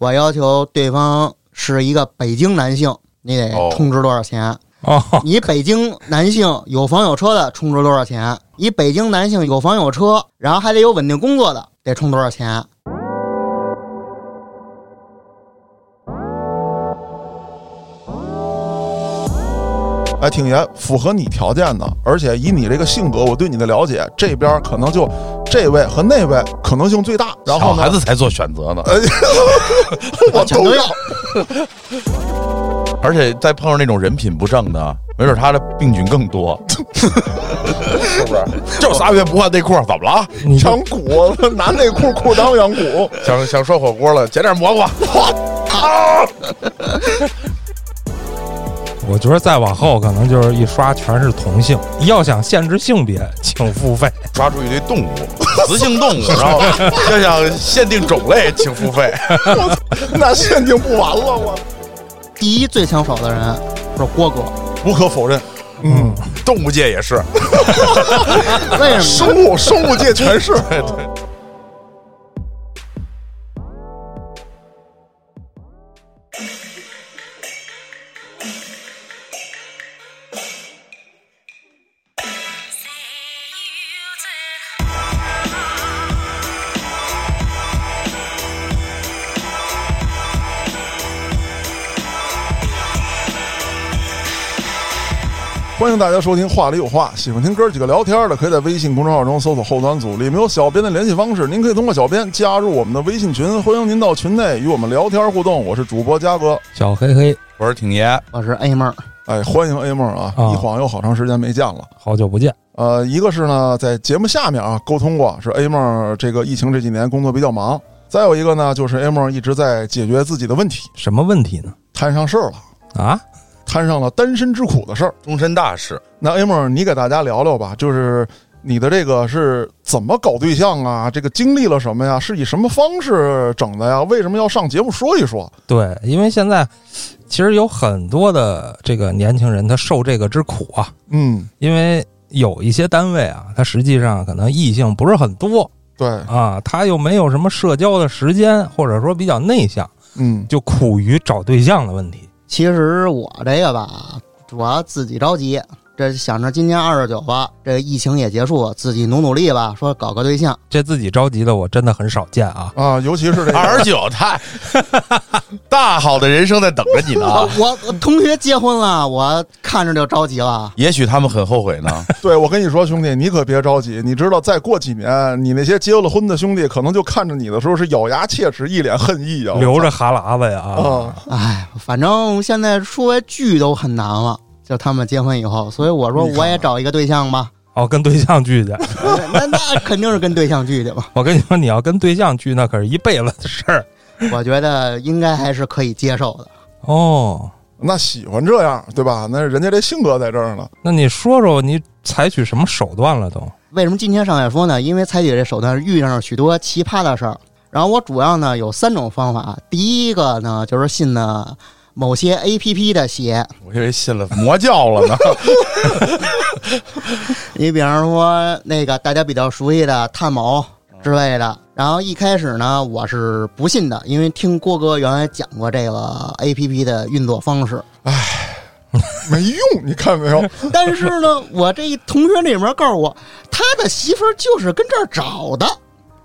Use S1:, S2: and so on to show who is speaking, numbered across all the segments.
S1: 我要求对方是一个北京男性，你得
S2: 哦
S1: 充值多少钱？
S3: 哦，
S1: 你北京男性有房有车的充值多少钱？你北京男性有房有车，然后还得有稳定工作的，得充多少钱？
S2: 哎，挺爷，符合你条件的，而且以你这个性格，我对你的了解，这边可能就这位和那位可能性最大。然后
S3: 小孩
S2: 呢，
S3: 子 才做选择呢，
S2: 我
S1: 全都
S2: 哎要
S1: 要。
S3: 而且再碰上那种人品不正的，没准他的病菌更 多，是不是？就仨月不换内裤，怎么了？
S4: 你就
S2: 羊骨，拿内裤裤裆羊 骨。
S3: 想想涮火锅了，捡点蘑菇。
S4: 我觉得再往后可能就是一刷全是同性。要想限制性别，请付费。
S3: 抓住一堆动物， 雌性动 物，然后要想限定种类，请付费。
S2: 那限定不完了，我
S1: 第一最抢手的人是郭哥，
S2: 无可否认，
S4: 嗯，
S3: 动物界也是，
S1: 为什么呢？
S2: 生物生物界全是。 欢迎大家收听《话里有话》，喜欢听哥几个聊天的，可以在微信公众号中搜索“后端组”，里面有小编的联系方式，您可以通过小编加入我们的微信群，欢迎您到群内与我们聊天互动。我是主播嘉哥，
S4: 小黑黑，
S3: 我是挺爷，
S1: 我是 A 妹儿，
S2: 哎，欢迎 A 梦啊！
S4: 啊
S2: 一晃又好长时间没见了。
S4: 好久不见。
S2: 呃，一个是呢，在节目下面啊沟通过，是 A 梦这个疫情这几年工作比较忙；再有一个呢，就是 A 梦一直在解决自己的问题，
S4: 什么问题呢？
S2: 摊上事儿了，
S4: 啊，
S2: 摊上了单身之苦的事儿。
S3: 终身大事。
S2: 那 A 梦，你给大家聊聊吧，就是你的这个是怎么搞对象啊？这个经历了什么呀？是以什么方式整的呀？为什么要上节目说一说？
S4: 对，因为现在其实有很多的这个年轻人，他受这个之苦啊，
S2: 嗯，
S4: 因为有一些单位啊，他实际上可能异性不是很多
S2: 对，
S4: 啊，他又没有什么社交的时间，或者说比较内向，
S2: 嗯，
S4: 就苦于找对象的问题。
S1: 其实我这个吧，主要自己着急，这想着今年二十九吧，这疫情也结束，自己努努力吧，说搞个对象。
S4: 这自己着急的我真的很少见啊。
S2: 啊，尤其是这个
S3: 二十九 太大好的人生在等着你呢。
S1: 我我我同学结婚了，我看着就着急了。
S3: 也许他们很后悔 呢。
S2: 对，我跟你说，兄弟，你可别着急。你知道，再过几年，你那些结了婚的兄弟，可能就看着你的时候是咬牙切齿，一脸恨意啊。
S4: 流着哈喇子呀
S2: 啊！
S1: 哎，反正现在说聚都很难了，就他们结婚以后，所以我说
S2: 你看
S1: 我也找一个对象吧。
S4: 哦，跟对象聚去。
S1: 那那肯定是跟对象聚去吧？
S4: 我跟你说，你要跟对象聚，那可是一辈子的事儿
S1: 我觉得应该还是可以接受的。
S4: 哦。
S2: 那喜欢这样，对吧？那人家这性格在这儿呢。
S4: 那你说说你采取什么手段了都？
S1: 为什么今天上来说呢？因为采取这手段遇上了许多奇葩的事儿。然后我主要呢有三种方法，第一个呢就是信呢某些 A P P 的邪，
S3: 我以为信了魔教了呢。
S1: 你比方说那个大家比较熟悉的探某之类的。然后一开始呢，我是不信的，因为听郭哥原来讲过这个 A P P 的运作方式。
S2: 没用，你看没有？
S1: 但是呢，我这一同学里面告诉我，他的媳妇儿就是跟这儿找的。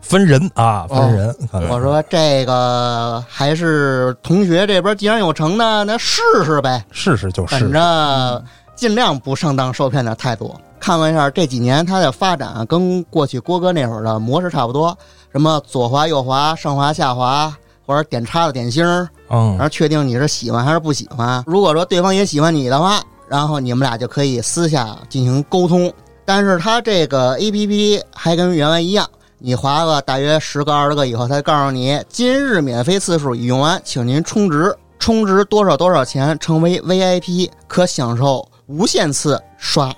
S4: 分人啊，
S2: 哦
S4: 分人。可能
S1: 我说这个还是同学这边既然有成呢，那试试呗，
S4: 试试就
S1: 本
S4: 是。
S1: 着尽量不上当受骗的态度。看了一下这几年它的发展，啊跟过去郭哥那会儿的模式差不多，什么左滑右滑、上滑下滑，或者点叉子点星儿，然
S4: 嗯，
S1: 后确定你是喜欢还是不喜欢。如果说对方也喜欢你的话，然后你们俩就可以私下进行沟通。但是它这个 A P P 还跟原来一样，你划了大约十个二十个以后，它告诉你今日免费次数已用完，请您充值，充值多少多少钱成为 V I P，可享受无限次刷。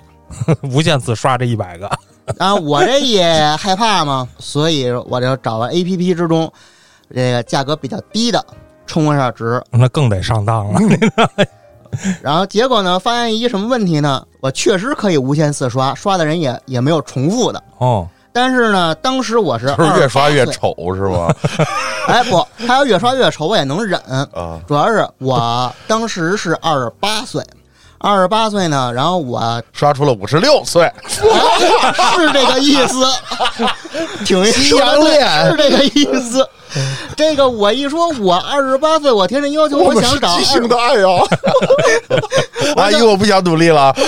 S4: 无限次刷这一百个。
S1: 啊，我这也害怕嘛，所以我就找了 A P P 之中这个价格比较低的充了下值，
S4: 那更得上当了。
S2: 嗯
S1: 然后结果呢，发现一什么问题呢？我确实可以无限次刷，刷的人也也没有重复的，
S4: 哦，
S1: 但是呢，当时我是
S3: 就是越刷越
S1: 28岁，
S3: 丑是吗？
S1: 哎不，他要越刷越丑，我也能忍。
S3: 啊，
S1: 主要是我当时是二十八岁，二十八岁呢，然后我
S3: 刷出了五十六岁，
S1: 哎是这个意 思， 挺
S3: 西洋恋
S1: 是这个意思。这个我一说，我二十八岁，我天天要求
S2: 我
S1: 我
S2: 们
S1: 想
S2: 是
S1: 找20
S2: 畸形的爱啊呀！
S3: 阿姨，哎我不想努力了。
S1: 哎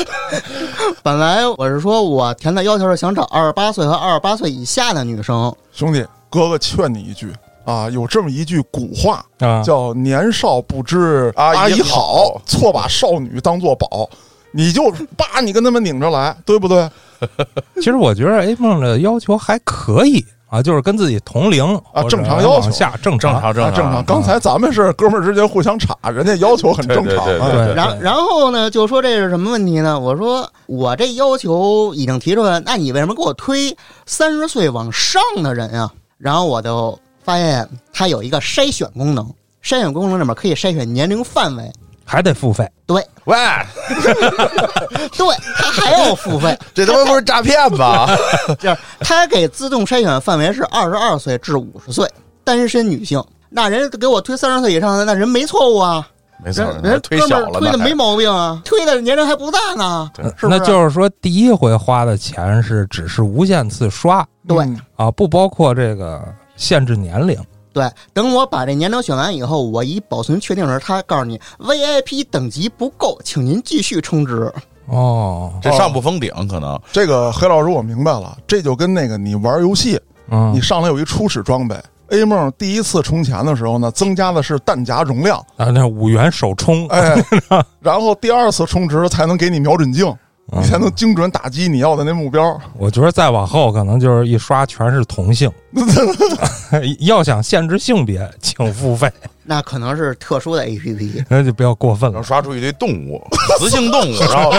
S1: 本来我是说我填的要求是想找二十八岁和二十八岁以下的女生，
S2: 兄弟，哥哥劝你一句啊，有这么一句古话
S4: 啊，
S2: 叫“年少不知
S3: 阿
S2: 阿
S3: 姨
S2: 姨
S3: 好
S2: 好，错把少女当作宝”，你就叭，你跟他们拧着来，对不对？
S4: 其实我觉得哎 A 梦的要求还可以啊，就是跟自己同龄
S2: 啊
S4: 或者
S2: 正常要求
S4: 往下正
S3: 正
S4: 常
S3: 常
S2: 啊，正常。刚才咱们是哥们儿之间互 相插，人家要求很正常
S3: 对对对
S2: 啊。
S4: 对
S1: 然后然后呢，就说这是什么问题呢？我说我这要求已经提出来，那你为什么给我推三十岁往上的人啊？然后我就发现它有一个筛选功能，筛选功能里面可以筛选年龄范围。
S4: 还得付费。
S1: 对
S3: 喂，
S1: 对，它还要付费，
S3: 这他妈不是诈骗 吗？
S1: 就是它给自动筛选范围是二十二岁至五十岁单身女性。那人家给我推三十岁以上的，那人没错误啊，
S3: 没错
S1: 人，
S3: 还
S1: 人
S3: 推
S1: 哥们
S3: 小
S1: 儿
S3: 了
S1: 推
S3: 呢
S1: 的没毛病啊，推的年龄还不大呢，是不
S2: 啊
S1: 是？
S4: 那就是说，第一回花的钱是只是无限次刷
S1: 对
S2: 嗯，
S4: 啊，不包括这个限制年龄。
S1: 对，等我把这年龄选完以后，我以保存确定时，他告诉你 VIP 等级不够，请您继续充值。
S4: 哦，
S3: 这上不封顶，可能
S2: 这个黑老师我明白了，这就跟那个你玩游戏，
S4: 嗯
S2: 你上来有一初始装备。A 梦第一次充钱的时候呢，增加的是弹夹容量，
S4: 啊，那五元首充，
S2: 哎， 然后第二次充值才能给你瞄准镜，你
S4: 嗯
S2: 才能精准打击你要的那目标。
S4: 我觉得再往后可能就是一刷全是同 性。要想限制性别，请付费，
S1: 那可能是特殊的 APP，
S4: 那就不要过分
S3: 然后。
S4: 了
S3: 刷出一堆动物， 雌性动物，然后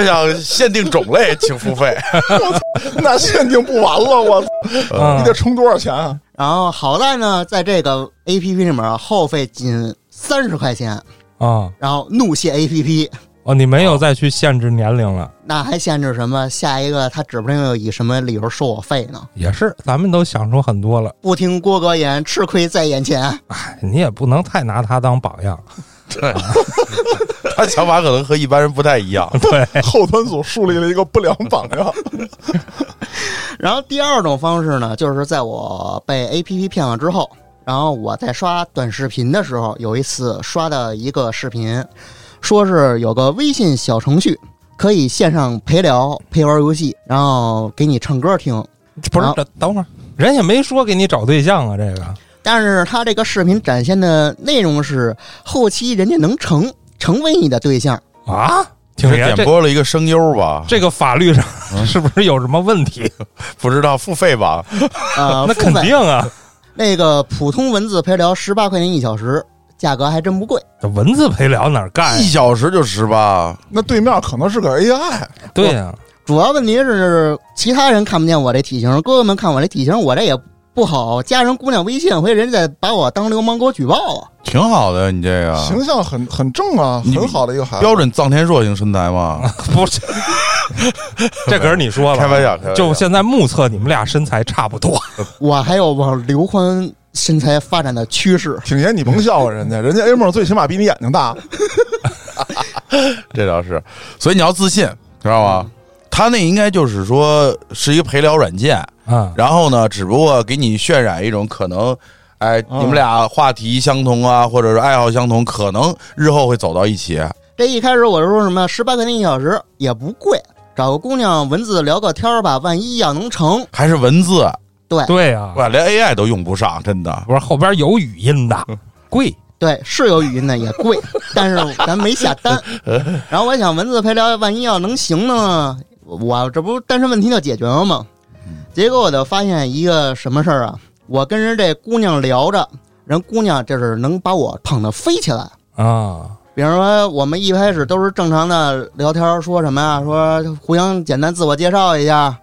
S3: 要想限定种类，请付 费。
S2: 那限定不完了，我操
S4: 嗯
S2: 你得充多少钱啊？
S1: 然后好在呢，在这个 APP 里面啊耗费仅三十块钱，
S4: 啊
S1: 然后怒卸 APP，
S4: 哦，你没有再去限制年龄了，
S1: 那还限制什么？下一个他指不定又以什么理由收我费呢？
S4: 也是，咱们都想出很多了，
S1: 不听郭哥言，吃亏在眼前。
S4: 哎你也不能太拿他当榜样。
S3: 对，他想法可能和一般人不太一 样。
S4: 对，
S2: 后端组树立了一个不良榜 样。
S1: 然后第二种方式呢，就是在我被 APP 骗了之后，然后我在刷短视频的时候，有一次刷到一个视频，说是有个微信小程序可以线上陪聊、陪玩游戏，然后给你唱歌听。
S4: 不是
S1: 好，
S4: 这啊等会儿人也没说给你找对象啊，这个
S1: 但是他这个视频展现的内容是后期人家能成成为你的对象，
S4: 啊，挺
S3: 是
S4: 严
S3: 点
S4: 这嗯
S3: 播了一个声优吧？
S4: 这个法律上是不是有什么问题？
S3: 不知道付费吧？
S1: 呃，
S4: 那
S1: 付
S4: 肯
S1: 费
S4: 定 啊，
S1: 那个普通文字陪聊十八块钱一小时，价格还真不贵。
S4: 这文字陪聊哪儿干
S1: 哎
S3: 一
S4: 呀？
S3: 小时就十八，
S2: 那对面可能是个 AI，
S3: 啊
S4: 对呀，
S1: 主要问题是其他人看不见我这体型，哥哥们看我这体型，我这也不好加人姑娘微信，回人家把我当流氓给我举报啊！
S3: 挺好的，你这个
S2: 形象很很正啊，
S3: 你
S2: 很好的一个孩子。
S3: 标准臧天朔型身材嘛？
S4: 不 是，这可是你说了，啊
S3: 开玩笑，开玩笑
S4: 就现在目测你们俩身材差不多，
S1: 我还有往刘欢身材发展的趋势。
S2: 挺爷，你甭笑话人家，人家 A 梦最起码比你眼睛大。
S3: 这倒是，所以你要自信，知道吗？他那应该就是说是一个陪聊软件，
S4: 啊，
S3: 然后呢，只不过给你渲染一种可能，哎，
S2: 嗯
S3: 你们俩话题相同啊，或者是爱好相同，可能日后会走到一起。
S1: 这一开始我就说什么十八块钱一小时也不贵，找个姑娘文字聊个天儿吧，万一要能成，
S3: 还是文字，
S4: 对呀，
S3: 哇，连 AI 都用不上，真的。
S4: 不是后边有语音的，
S3: 嗯
S4: 贵
S1: 对是有语音的也贵，但是咱没下单。然后我想文字陪聊，万一要能行呢，我这不单身问题就解决了吗？结果我就发现一个什么事儿啊，我跟人这姑娘聊着，人姑娘就是能把我捧得飞起来。
S4: 啊，
S1: 比如说，我们一开始都是正常的聊天儿，说什么呀？说互相简单自我介绍一下，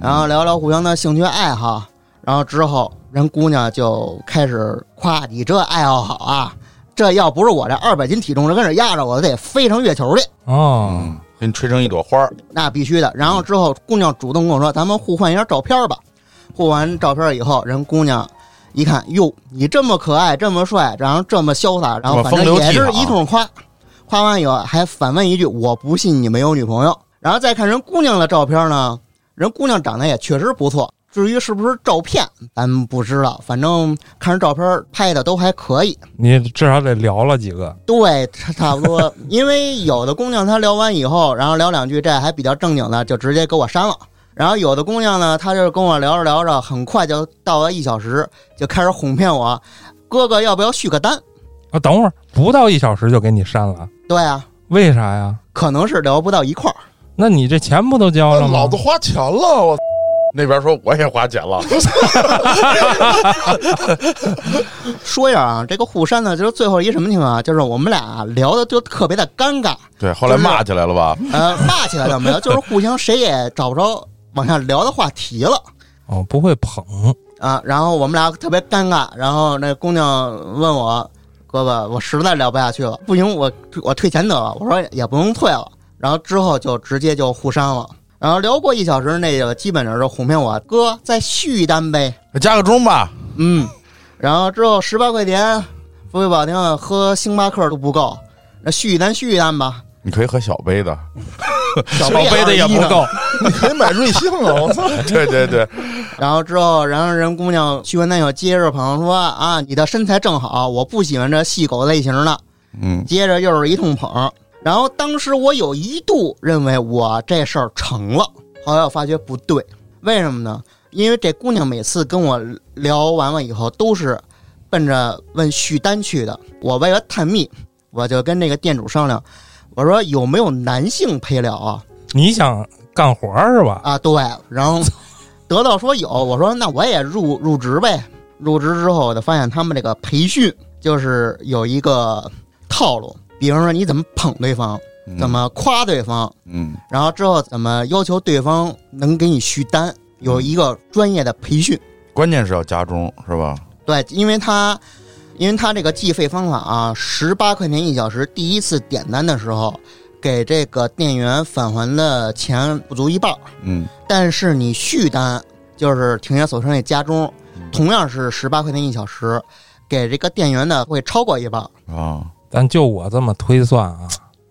S1: 然后聊聊互相的兴趣爱好。然后之后，人姑娘就开始夸你这爱好好啊，这要不是我这二百斤体重，这跟这压着我得飞成月球去，
S4: 哦，
S3: 嗯，给你吹成一朵花儿，
S1: 那必须的。然后之后，姑娘主动跟我说：“咱们互换一下照片吧。”互完照片以后，人姑娘一看，哟，你这么可爱，这么帅，然后这么潇洒，然后
S3: 我
S1: 反
S3: 风
S1: 正
S3: 流
S1: 也
S3: 倜
S1: 是
S3: 傥
S1: 一通夸，夸完以后还反问一句：“我不信你没有女朋友。”然后再看人姑娘的照片呢，人姑娘长得也确实不错。至于是不是照片，咱们不知道，反正看着照片拍的都还可以。
S4: 你至少得聊了几个，
S1: 对，差差不多， 因为有的姑娘她聊完以后，然后聊两句，这还比较正经的，就直接给我删了。然后有的姑娘呢，她就是跟我聊着聊着，很快就到了一小时，就开始哄骗我，哥哥要不要续个单？
S4: 啊，等会儿不到一小时就给你删了，
S1: 对啊，
S4: 为啥呀？
S1: 可能是聊不到一块儿。
S4: 那你这钱不都
S3: 哦
S4: 交了吗？
S2: 老子花钱了，我
S3: 那边说我也花钱了，
S1: 说一下啊，这个互删呢，就是最后一什么情况啊，就是我们俩聊的就特别的尴尬，
S3: 对，后来骂起来了吧？
S1: 呃，骂起来了没有？就是互相谁也找不着往下聊的话题了。
S4: 哦，不会捧，
S1: 啊，然后我们俩特别尴尬，然后那姑娘问我哥哥，我实在聊不下去了，不行，我我退钱得了。我说也不用退了，然后之后就直接就互删了。然后聊过一小时，那个基本上是哄骗我哥再续一单呗，
S3: 加个钟吧，
S1: 嗯，然后之后十八块钱，付费宝听喝星巴克都不够，那续一单续一单吧，
S3: 你可以喝小杯的，
S1: 小
S3: 小 杯的也不
S1: 21呢
S3: 够。
S2: 你可以买瑞幸啊！我操，
S3: 对对对，
S1: 然后之后，然后人姑娘去完那友接着朋友说啊，你的身材正好，我不喜欢这细狗类型的。
S3: 嗯，
S1: 接着又是一通捧。然后当时我有一度认为我这事儿成了，后来我发觉不对，为什么呢？因为这姑娘每次跟我聊完了以后，都是奔着问续单去的。我为了探秘，我就跟那个店主商量，我说有没有男性陪聊啊？
S4: 你想干活儿是吧？
S1: 啊，对，然后得到说有，我说那我也入入职呗。入职之后，我就发现他们这个培训就是有一个套路，比方说你怎么捧对方，
S3: 嗯
S1: 怎？么夸对方，
S3: 嗯，
S1: 然后之后怎么要求对方能给你续单，有一个专业的培训。
S3: 关键是要加钟是吧？
S1: 对，因为他因为他这个计费方法啊，十八块钱一小时，第一次点单的时候给这个店员返还的钱不足一半儿。
S3: 嗯，
S1: 但是你续单就是停下所剩那加钟
S3: 嗯，
S1: 同样是十八块钱一小时，给这个店员呢会超过一半。
S3: 啊，
S4: 但就我这么推算啊，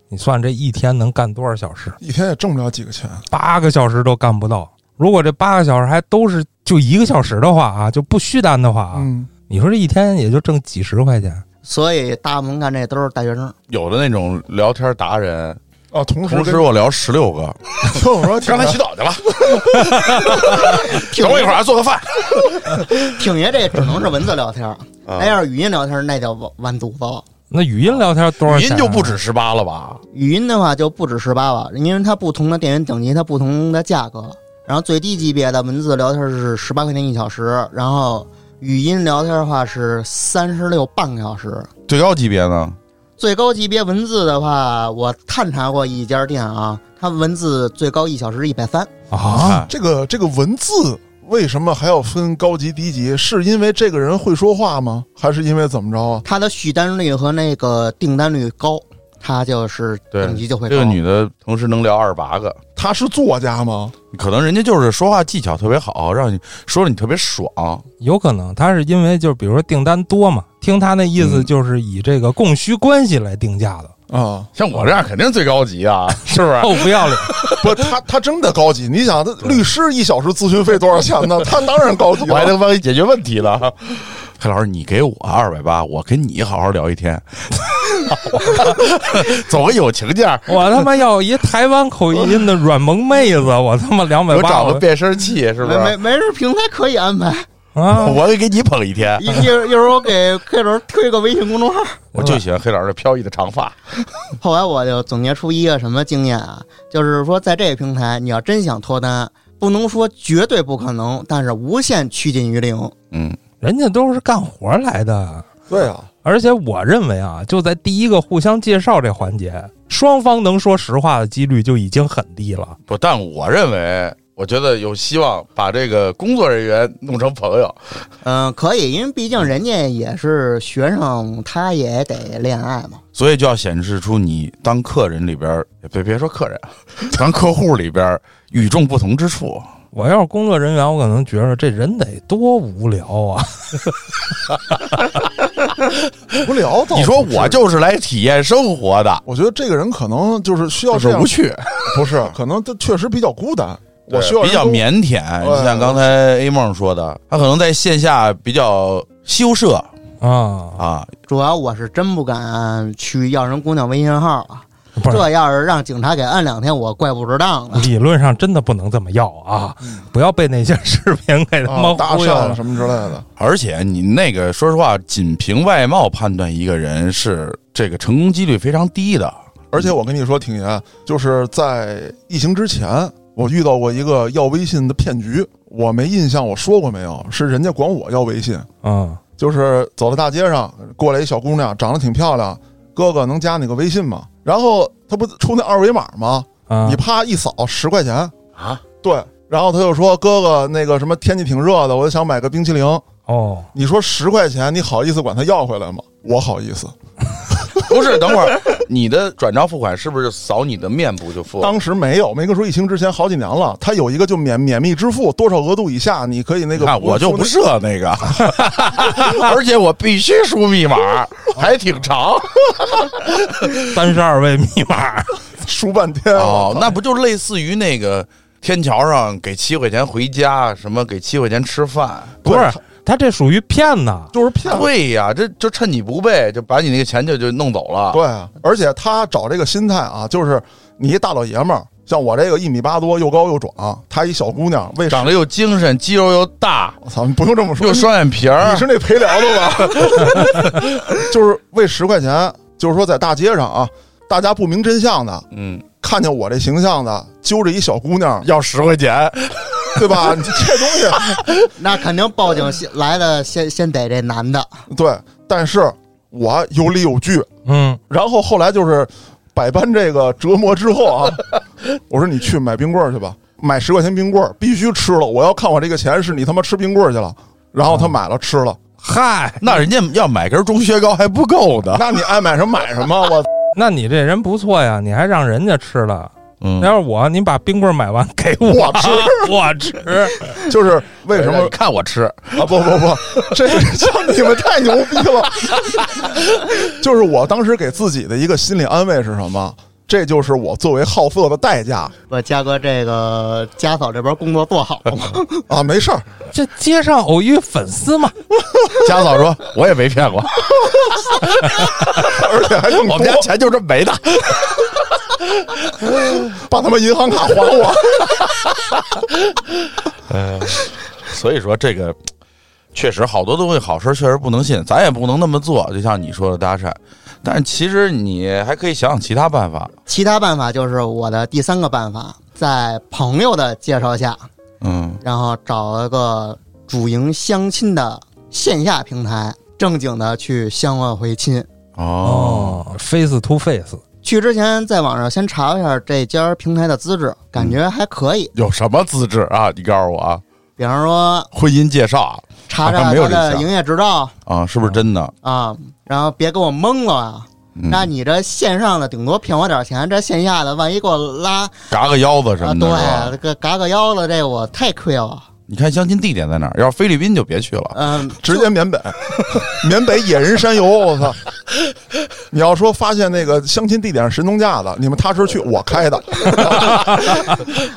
S4: 你算这一天能干多少小时？
S2: 一天也挣不了几个钱。
S3: 啊
S4: 八个小时都干不到。如果这八个小时还都是就一个小时的话啊，就不虚单的话啊，
S2: 嗯，
S4: 你说这一天也就挣几十块钱，
S1: 所以大部分干这都是大学生，
S3: 有的那种聊天达人，
S2: 啊，同时
S3: 同时我聊十六个，
S2: 跟我说，
S3: 刚才洗澡 去了，等我一会儿啊，做 个饭。
S1: 挺爷这只能是文字聊天，
S3: 啊
S1: 那要是语音聊天那就完完犊子了。
S4: 那语音聊天多少
S3: 语
S4: 钱、啊
S3: 音就不。止十八了吧？
S1: 语音的话就不止十八了，因为它不同的店员等级，它不同的价格。然后最低级别的文字聊天是十八块钱一小时，然后语音聊天的话是三十六半个小时。
S3: 最高级别呢？
S1: 最高级别文字的话，我探查过一家店啊，它文字最高一小时一百三。
S4: 啊，
S2: 这个这个文字为什么还要分高级低级？是因为这个人会说话吗？还是因为怎么着啊？
S1: 它的续单率和那个订单率高，它就是
S3: 对
S1: 等级就会
S3: 这
S1: 高。
S3: 个女的同时能聊二十八个，
S2: 他是作家吗？
S3: 可能人家就是说话技巧特别好，让你说着你特别爽。
S4: 有可能他是因为就是比如说订单多嘛，听他那意思
S3: 嗯
S4: 就是以这个供需关系来定价的，哦
S2: 啊，
S3: 像我这样肯定是最高级 啊，是不是？
S4: 臭不要 脸。
S2: 不，他他真的高级。你想，他律师一小时咨询费多少钱呢？他当然高级
S3: 我还
S2: 了。
S3: 能帮你解决问题呢。 黑老师，你给我二百八，我跟你好好聊一天， 走个友情 价。
S4: 我他妈要一台湾口音的软萌妹子，我他妈两百
S3: 我
S4: 八
S3: 找个变声器，是不
S1: 没没
S3: 是？
S1: 没事，平台可以安排。
S4: 啊！
S3: 我得给你捧一 天。
S1: 一一会儿一会儿我给 K 楼推个微信公众号。
S3: 我就喜欢黑老师这飘逸的长发。
S1: 后来我就总结出一个什么经验啊，就是说在这个平台，你要真想脱单，不能说绝对不可能，但是无限趋近于零。
S3: 嗯，
S4: 人家都是干活来的，
S2: 对啊，
S4: 而且我认为啊，就在第一个互相介绍这环节，双方能说实话的几率就已经很低了。
S3: 不，但我认为，我觉得有希望把这个工作人员弄成朋友。
S1: 嗯、可以，因为毕竟人家也是学生，他也得恋爱嘛。
S3: 所以就要显示出你 当客人里边儿，也别别说客人啊，当客户里边儿与众不同之处。
S4: 我要是工作人员，我可能觉着这人得多无聊啊！
S2: 无聊倒不
S3: 你
S2: 是。
S3: 说我就是来体验生活的，
S2: 我觉得这个人可能就是需要
S3: 就是
S2: 这样
S3: 无，趣，
S2: 不是，可能他确实比较孤单。我需要
S3: 比较
S2: 人跟
S3: 腼腆。
S2: 对
S3: 就像刚才 A 梦说的，他可能在线下比较羞涩
S4: 啊，
S3: 啊，
S1: 主要我是真不敢去要人姑娘微信号啊，
S4: 不是，
S1: 这要是让警察给按两天，我怪不值当 的。
S4: 理论上真的不能这么要啊！不要被那些视频给他
S2: 啊
S4: 们
S2: 搭
S4: 忽
S2: 讪
S4: 悠
S2: 了
S4: 了。
S2: 什么之类的，
S3: 而且你那个，说实话，仅凭外貌判断一个人是这个成功几率非常低的。
S2: 而且我跟你说，挺爷，就是在疫情之前，我遇到过一个要微信的骗局，我没印象，我说过没有？是人家管我要微信，
S4: 嗯
S2: 就是走在大街上过来一小姑娘，长得挺漂亮，哥哥能加你个微信吗？然后她不出那二维码吗？
S4: 啊，
S2: 你啪一扫十块钱
S3: 啊？
S2: 对，然后他就说哥哥那个什么天气挺热的，我就想买个冰淇淋。
S4: 哦，
S2: 你说十块钱，你好意思管他要回来吗？我好意思，
S3: 不是，等会儿你的转账付款是不是扫你的面部就付？
S2: 当时没有，没跟说疫情之前好几年了，他有一个就免免密支付，多少额度以下你可以那
S3: 你
S2: 个
S3: 看我就不
S2: 是
S3: 适合那个， 而且我必须输密 码，还挺长。
S4: 三十二位密码，
S2: 输半天
S3: 哦，那不就类似于那个天桥上给七块钱回家，什么给七块钱吃饭？
S4: 不是他这属于骗子，
S2: 就是啊骗子。
S3: 对啊呀、这就趁你不备，就把你那个钱就就弄走了。
S2: 对，啊而且他找这个心态啊，就是你一大老爷们儿，像我这个一米八多，又高又壮，他一小姑娘，为啥
S3: 长？得又精神，肌肉又大，
S2: 我操，你不用这么说，
S3: 又双眼皮
S2: 你
S3: 儿
S2: 是。那陪聊的吧？ 就是为十块钱，就是说在大街上啊，大家不明真相的，
S3: 嗯，
S2: 看见我这形象的，揪着一小姑娘，
S3: 要十块钱，
S2: 对吧？ 你这东西，
S1: 那肯定报警先来了，先先逮这男的。
S2: 对，但是我有理有据。
S4: 嗯，
S2: 然后后来就是百般这个折磨之后啊，我说你去买冰棍儿去吧，买十块钱冰棍儿必须吃了，我要看我这个钱是你他妈吃冰棍儿去了。然后他买了吃了，
S4: 嗨，
S3: 那人家要买根中薛高还不够呢。
S2: 那你爱买什么买什么，我
S4: 那你这人不错呀，你还让人家吃了。
S3: 嗯，
S4: 要是我，你把冰棍买完给我吃，我吃。
S2: 就是为什么
S3: 你看我吃？
S2: 啊，不不不，这个 你们太牛逼了！ 就是我当时给自己的一个心理安慰是什么？这就是我作为好色的代价
S1: 我嘉哥这个家嫂这边工作做好了吗？
S2: 啊！没事儿，
S4: 这街上偶遇粉丝嘛，
S3: 家嫂说我也没骗过，
S2: 而且还 更
S3: 我
S2: 多
S3: 们，家钱就这么没的。
S2: 把他们银行卡还我。
S3: 所以说这个确实好多东西好事确实不能信，咱也不能那么做。就像你说的搭讪，但是其实你还可以想想其他办法。
S1: 其他办法就是我的第三个办法，在朋友的介绍下，
S3: 嗯，
S1: 然后找一个主营相亲的线下平台，正经的去相问回亲。
S3: 哦，
S4: ，face to face，
S1: 去之前，在网上先查一下这家平台的资质，感觉还可以。
S3: 有什么资质啊？你告诉我啊，
S1: 比方说，
S3: 婚姻介绍啊
S1: 查
S3: 好
S1: 查
S3: 像没有
S1: 他
S3: 这
S1: 的
S3: 项
S1: 营业执照
S3: 啊，是不是真的？
S1: 啊，然后别给我蒙了啊！
S3: 嗯
S1: 那你这线上的顶多骗我点钱，这线下的万一给我拉
S3: 嘎个腰子什
S1: 啊，
S3: 么的，是吧
S1: 对，这个嘎个腰子，这我太亏了。
S3: 你看相亲地点在哪儿？要是菲律宾就别去了。
S1: 嗯，
S2: 直接缅北，缅北野人山游，我操！你要说发现那个相亲地点是神农架的，你们踏实去，我开的。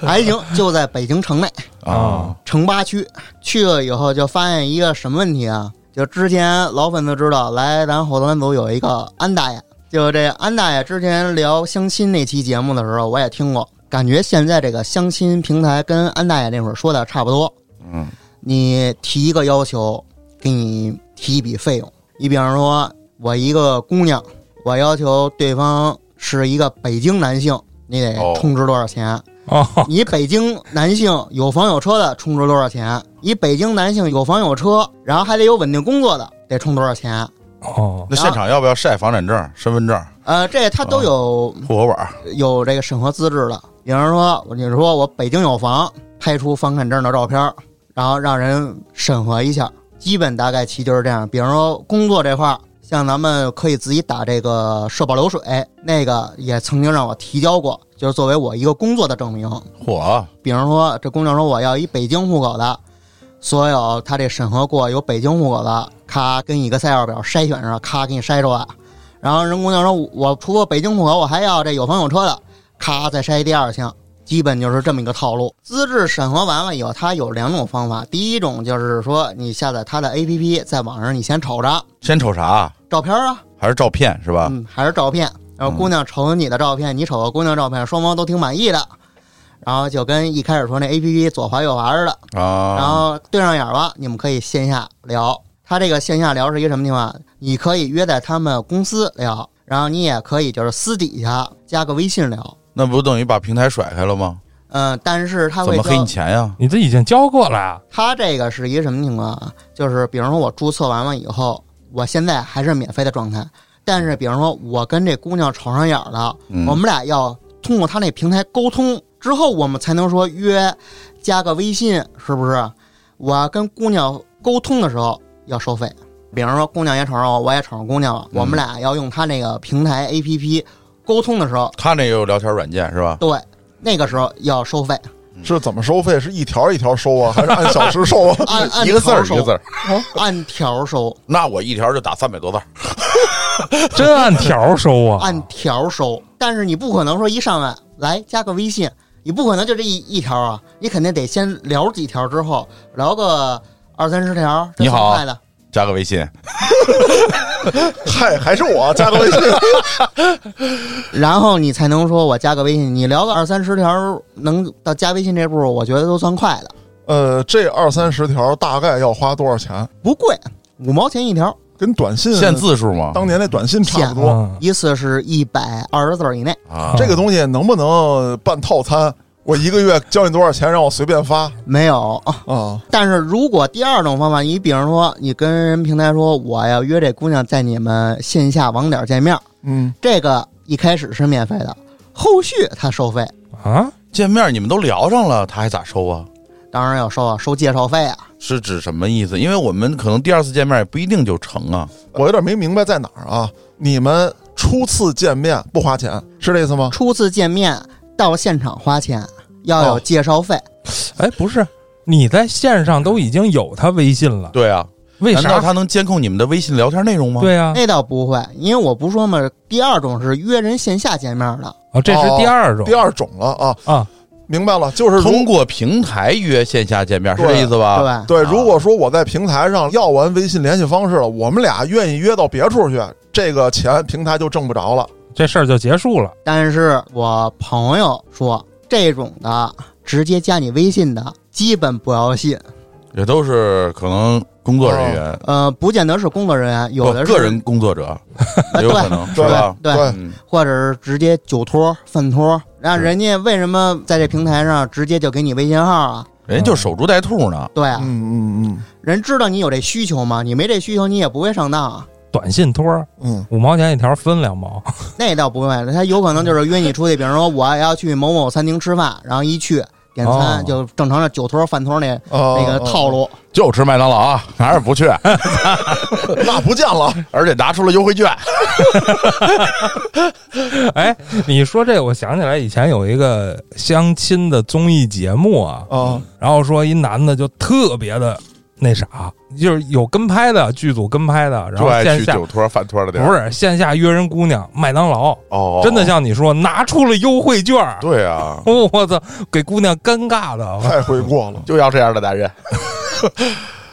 S1: 还行，就在北京城内
S3: 啊，
S1: 城八区。去了以后就发现一个什么问题啊？就之前老粉都知道，来咱后端组有一个安大爷，就这安大爷之前聊相亲那期节目的时候，我也听过，感觉现在这个相亲平台跟安大爷那会儿说的差不多。
S3: 嗯，
S1: 你提一个要求，给你提一笔费用。你比方说，我一个姑娘，我要求对方是一个北京男性，你得
S3: 哦
S1: 充值多少钱？
S4: 哦，
S1: 你北京男性有房有车的充值多少钱？你北京男性有房有车，然后还得有稳定工作的，得充多少钱？
S4: 哦，
S3: 那现场要不要晒房产证、身份证、
S1: 呃，这他都有、
S3: 户口本儿？
S1: 有这个审核资质的。比方说，你说我北京有房，拍出房产证的照片儿，然后让人审核一下，基本大概其就是这样。比方说工作这块儿，像咱们可以自己打这个社保流水，那个也曾经让我提交过，就是作为我一个工作的证明。
S3: 嚯，
S1: 比如说，这公证说我要一北京户口的，所有他这审核过有北京户口的，咔跟 Excel 表筛选上，咔给你筛出来。然后人公证说，我除了北京户口，我还要这有房有车的，咔再筛第二项，基本就是这么一个套路。资质审核完了以后，它有两种方法，第一种就是说你下载它的 APP，在网上你先瞅着
S3: 先瞅啥？
S1: 照片啊，
S3: 还是照片是吧？
S1: 嗯，还是照片。然后姑娘瞅你的照片，你瞅个姑娘照片，双方都挺满意的，然后就跟一开始说那 A P P 左滑右滑似的，
S3: 啊，
S1: 嗯然后对上眼儿了，你们可以线下聊。他这个线下聊是一个什么地方？你可以约在他们公司聊，然后你也可以就是私底下加个微信聊。
S3: 那不等于把平台甩开了吗？
S1: 嗯，但是他
S3: 怎
S1: 会
S3: 么黑
S1: 交
S3: 你钱呀？
S4: 你这已经交过了啊，
S1: 他这个是一个什么情况啊？就是比如说我注册完了以后，我现在还是免费的状态，但是比如说我跟这姑娘瞅上眼儿了，
S3: 嗯
S1: 我们俩要通过他那平台沟通之后，我们才能说约加个微信，是不是？我跟姑娘沟通的时候要收费，比如说姑娘也瞅上我，我也瞅上姑娘了，
S3: 嗯
S1: 我们俩要用他那个平台 APP 沟通的时候，
S3: 他那也有聊天软件是吧？
S1: 对，那个时候要收费，
S2: 是怎么收费？是一条一条收啊，还是按小时收啊？
S1: 按按
S3: 一个字
S1: 条
S3: 儿一
S1: 收
S3: 个字儿，
S1: 按条收，
S3: 那我一条就打三百多字儿。
S4: 真按条收
S3: 哦
S4: 啊，
S1: 按条收，但是你不可能说一上来来加个微信，你不可能就这一一条啊，你肯定得先聊几条，之后聊个二三十条，这
S3: 你好
S1: 很快的。
S3: 加个微信，
S2: 嗨，还是我加个微信。
S1: 然后你才能说我加个微信，你聊个二三十条，能到加微信这步，我觉得都算快的，
S2: 呃，这二三十条大概要花多少钱？
S1: 不贵，五毛钱一条，
S2: 跟短信
S3: 限字数吗？
S2: 嗯当年那短信差不多。
S4: 嗯，
S1: 一次是一百二十字儿以内，
S3: 啊，
S2: 这个东西能不能办套餐？我一个月交你多少钱，让我随便发
S1: 没有。
S2: 啊？
S1: 但是如果第二种方法，你比如说你跟人平台说我要约这姑娘在你们线下网点见面，
S2: 嗯，
S1: 这个一开始是免费的，后续他收费，
S4: 啊，
S3: 见面你们都聊上了，他还咋收啊？
S1: 当然要收啊，收介绍费啊。
S3: 是指什么意思？因为我们可能第二次见面也不一定就成啊。
S2: 我有点没明白在哪儿啊？你们初次见面不花钱是这意思吗？
S1: 初次见面到现场花钱，要有
S2: 哦
S1: 介绍费。
S4: 哎，不是，你在线上都已经有他微信了，
S3: 对啊，
S4: 为
S3: 难道
S4: 啥？
S3: 他能监控你们的微信聊天内容吗？，
S4: 对呀、啊，
S1: 那倒不会，因为我不说嘛，第二种是约人线下见面的，
S4: 哦这是第二种
S2: 第二种了啊，
S4: 啊，
S2: 明白了，就是如
S3: 通过啊平台约线下见面是
S2: 对
S3: 这意思吧？
S1: 对啊吧？
S2: 对，如果说我在平台上要完微信联系方式了，我们俩愿意约到别处去，这个钱平台就挣不着了。
S4: 这事儿就结束了。
S1: 但是我朋友说，这种的直接加你微信的，基本不要信。
S3: 也都是可能工作人员，
S1: 呃，不见得是工作人员，有的
S3: 不
S1: 是
S3: 个人工作者，
S1: 啊
S3: 也有可能是
S2: 对
S3: 吧？
S1: 对
S2: 对
S3: 嗯，
S1: 或者是直接酒托、饭托。那人家为什么在这平台上直接就给你微信号啊？
S3: 人家就守株待兔呢。
S1: 对啊，
S2: 嗯嗯
S1: 人知道你有这需求吗？你没这需求，你也不会上当啊。
S4: 短信托儿
S2: 嗯嗯，
S4: 五毛钱一条，分两毛，
S1: 那倒不会，他有可能就是约你出去，比如说我要去某某餐厅吃饭，然后一去点餐、
S4: 哦
S1: 就正常的酒托、饭托那、
S2: 哦
S1: 那个套路。
S3: 嗯就吃麦当劳啊，哪儿也 不去，
S2: 那不见 了，
S3: 而且拿出了优惠券。
S4: 哎，你说这，我想起来以前有一个相亲的综艺节目啊，
S2: 啊，
S4: 然后说一男的就特别的那啥，就是有跟拍的剧组跟拍的，然
S3: 就
S4: 后
S3: 爱
S4: 线
S3: 去
S4: 下
S3: 酒托饭托的地儿。
S4: 不是线下约人姑娘麦当劳，
S3: 哦，
S4: 真的像你说拿出了优惠券儿，
S3: 对啊，
S4: 哦我操，给姑娘尴尬的，
S2: 太会过了。
S3: 就要这样的男人。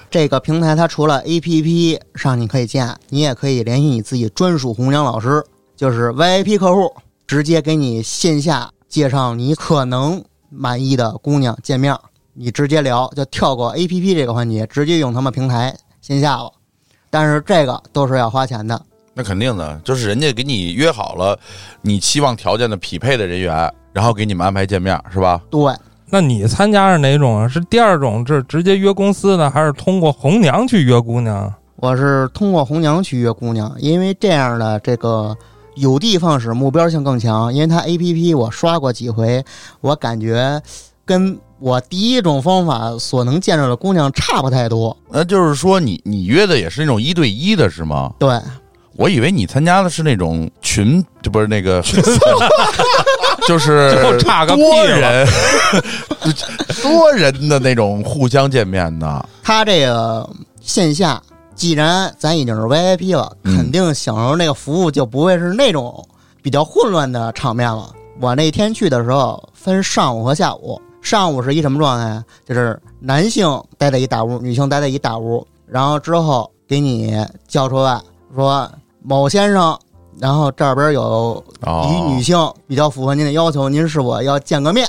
S1: 这个平台它除了 APP 上你可以建，你也可以联系你自己专属红娘老师，就是 VIP 客户，直接给你线下介绍你可能满意的姑娘见面，你直接聊，就跳过 APP 这个环节，直接用他们平台线下了。但是这个都是要花钱的，
S3: 那肯定的，就是人家给你约好了你期望条件的匹配的人员，然后给你们安排见面，是吧？
S1: 对。
S4: 那你参加是哪种啊？是第二种，是直接约公司呢，还是通过红娘去约姑娘？
S1: 我是通过红娘去约姑娘，因为这样的这个有的放矢，目标性更强。因为它 A P P 我刷过几回，我感觉跟我第一种方法所能见着的姑娘差不太多。
S3: 那就是说你你约的也是那种一对一的，是吗？
S1: 对，
S3: 我以为你参加的是那种群，这不是那 个，就是
S4: 就差个屁
S3: 多
S4: 了
S3: 人 多人的那种互相见面的，
S1: 他这个线下，既然咱已经是 VIP 了，
S3: 嗯
S1: 肯定享受那个服务就不会是那种比较混乱的场面了。我那天去的时候分上午和下午，上午是一什么状态啊？就是男性待在一大屋，女性待在一大屋，然后之后给你叫出来，说某先生，然后这边有
S3: 哦
S1: 以女性比较符合您的要求，您是否要见个面？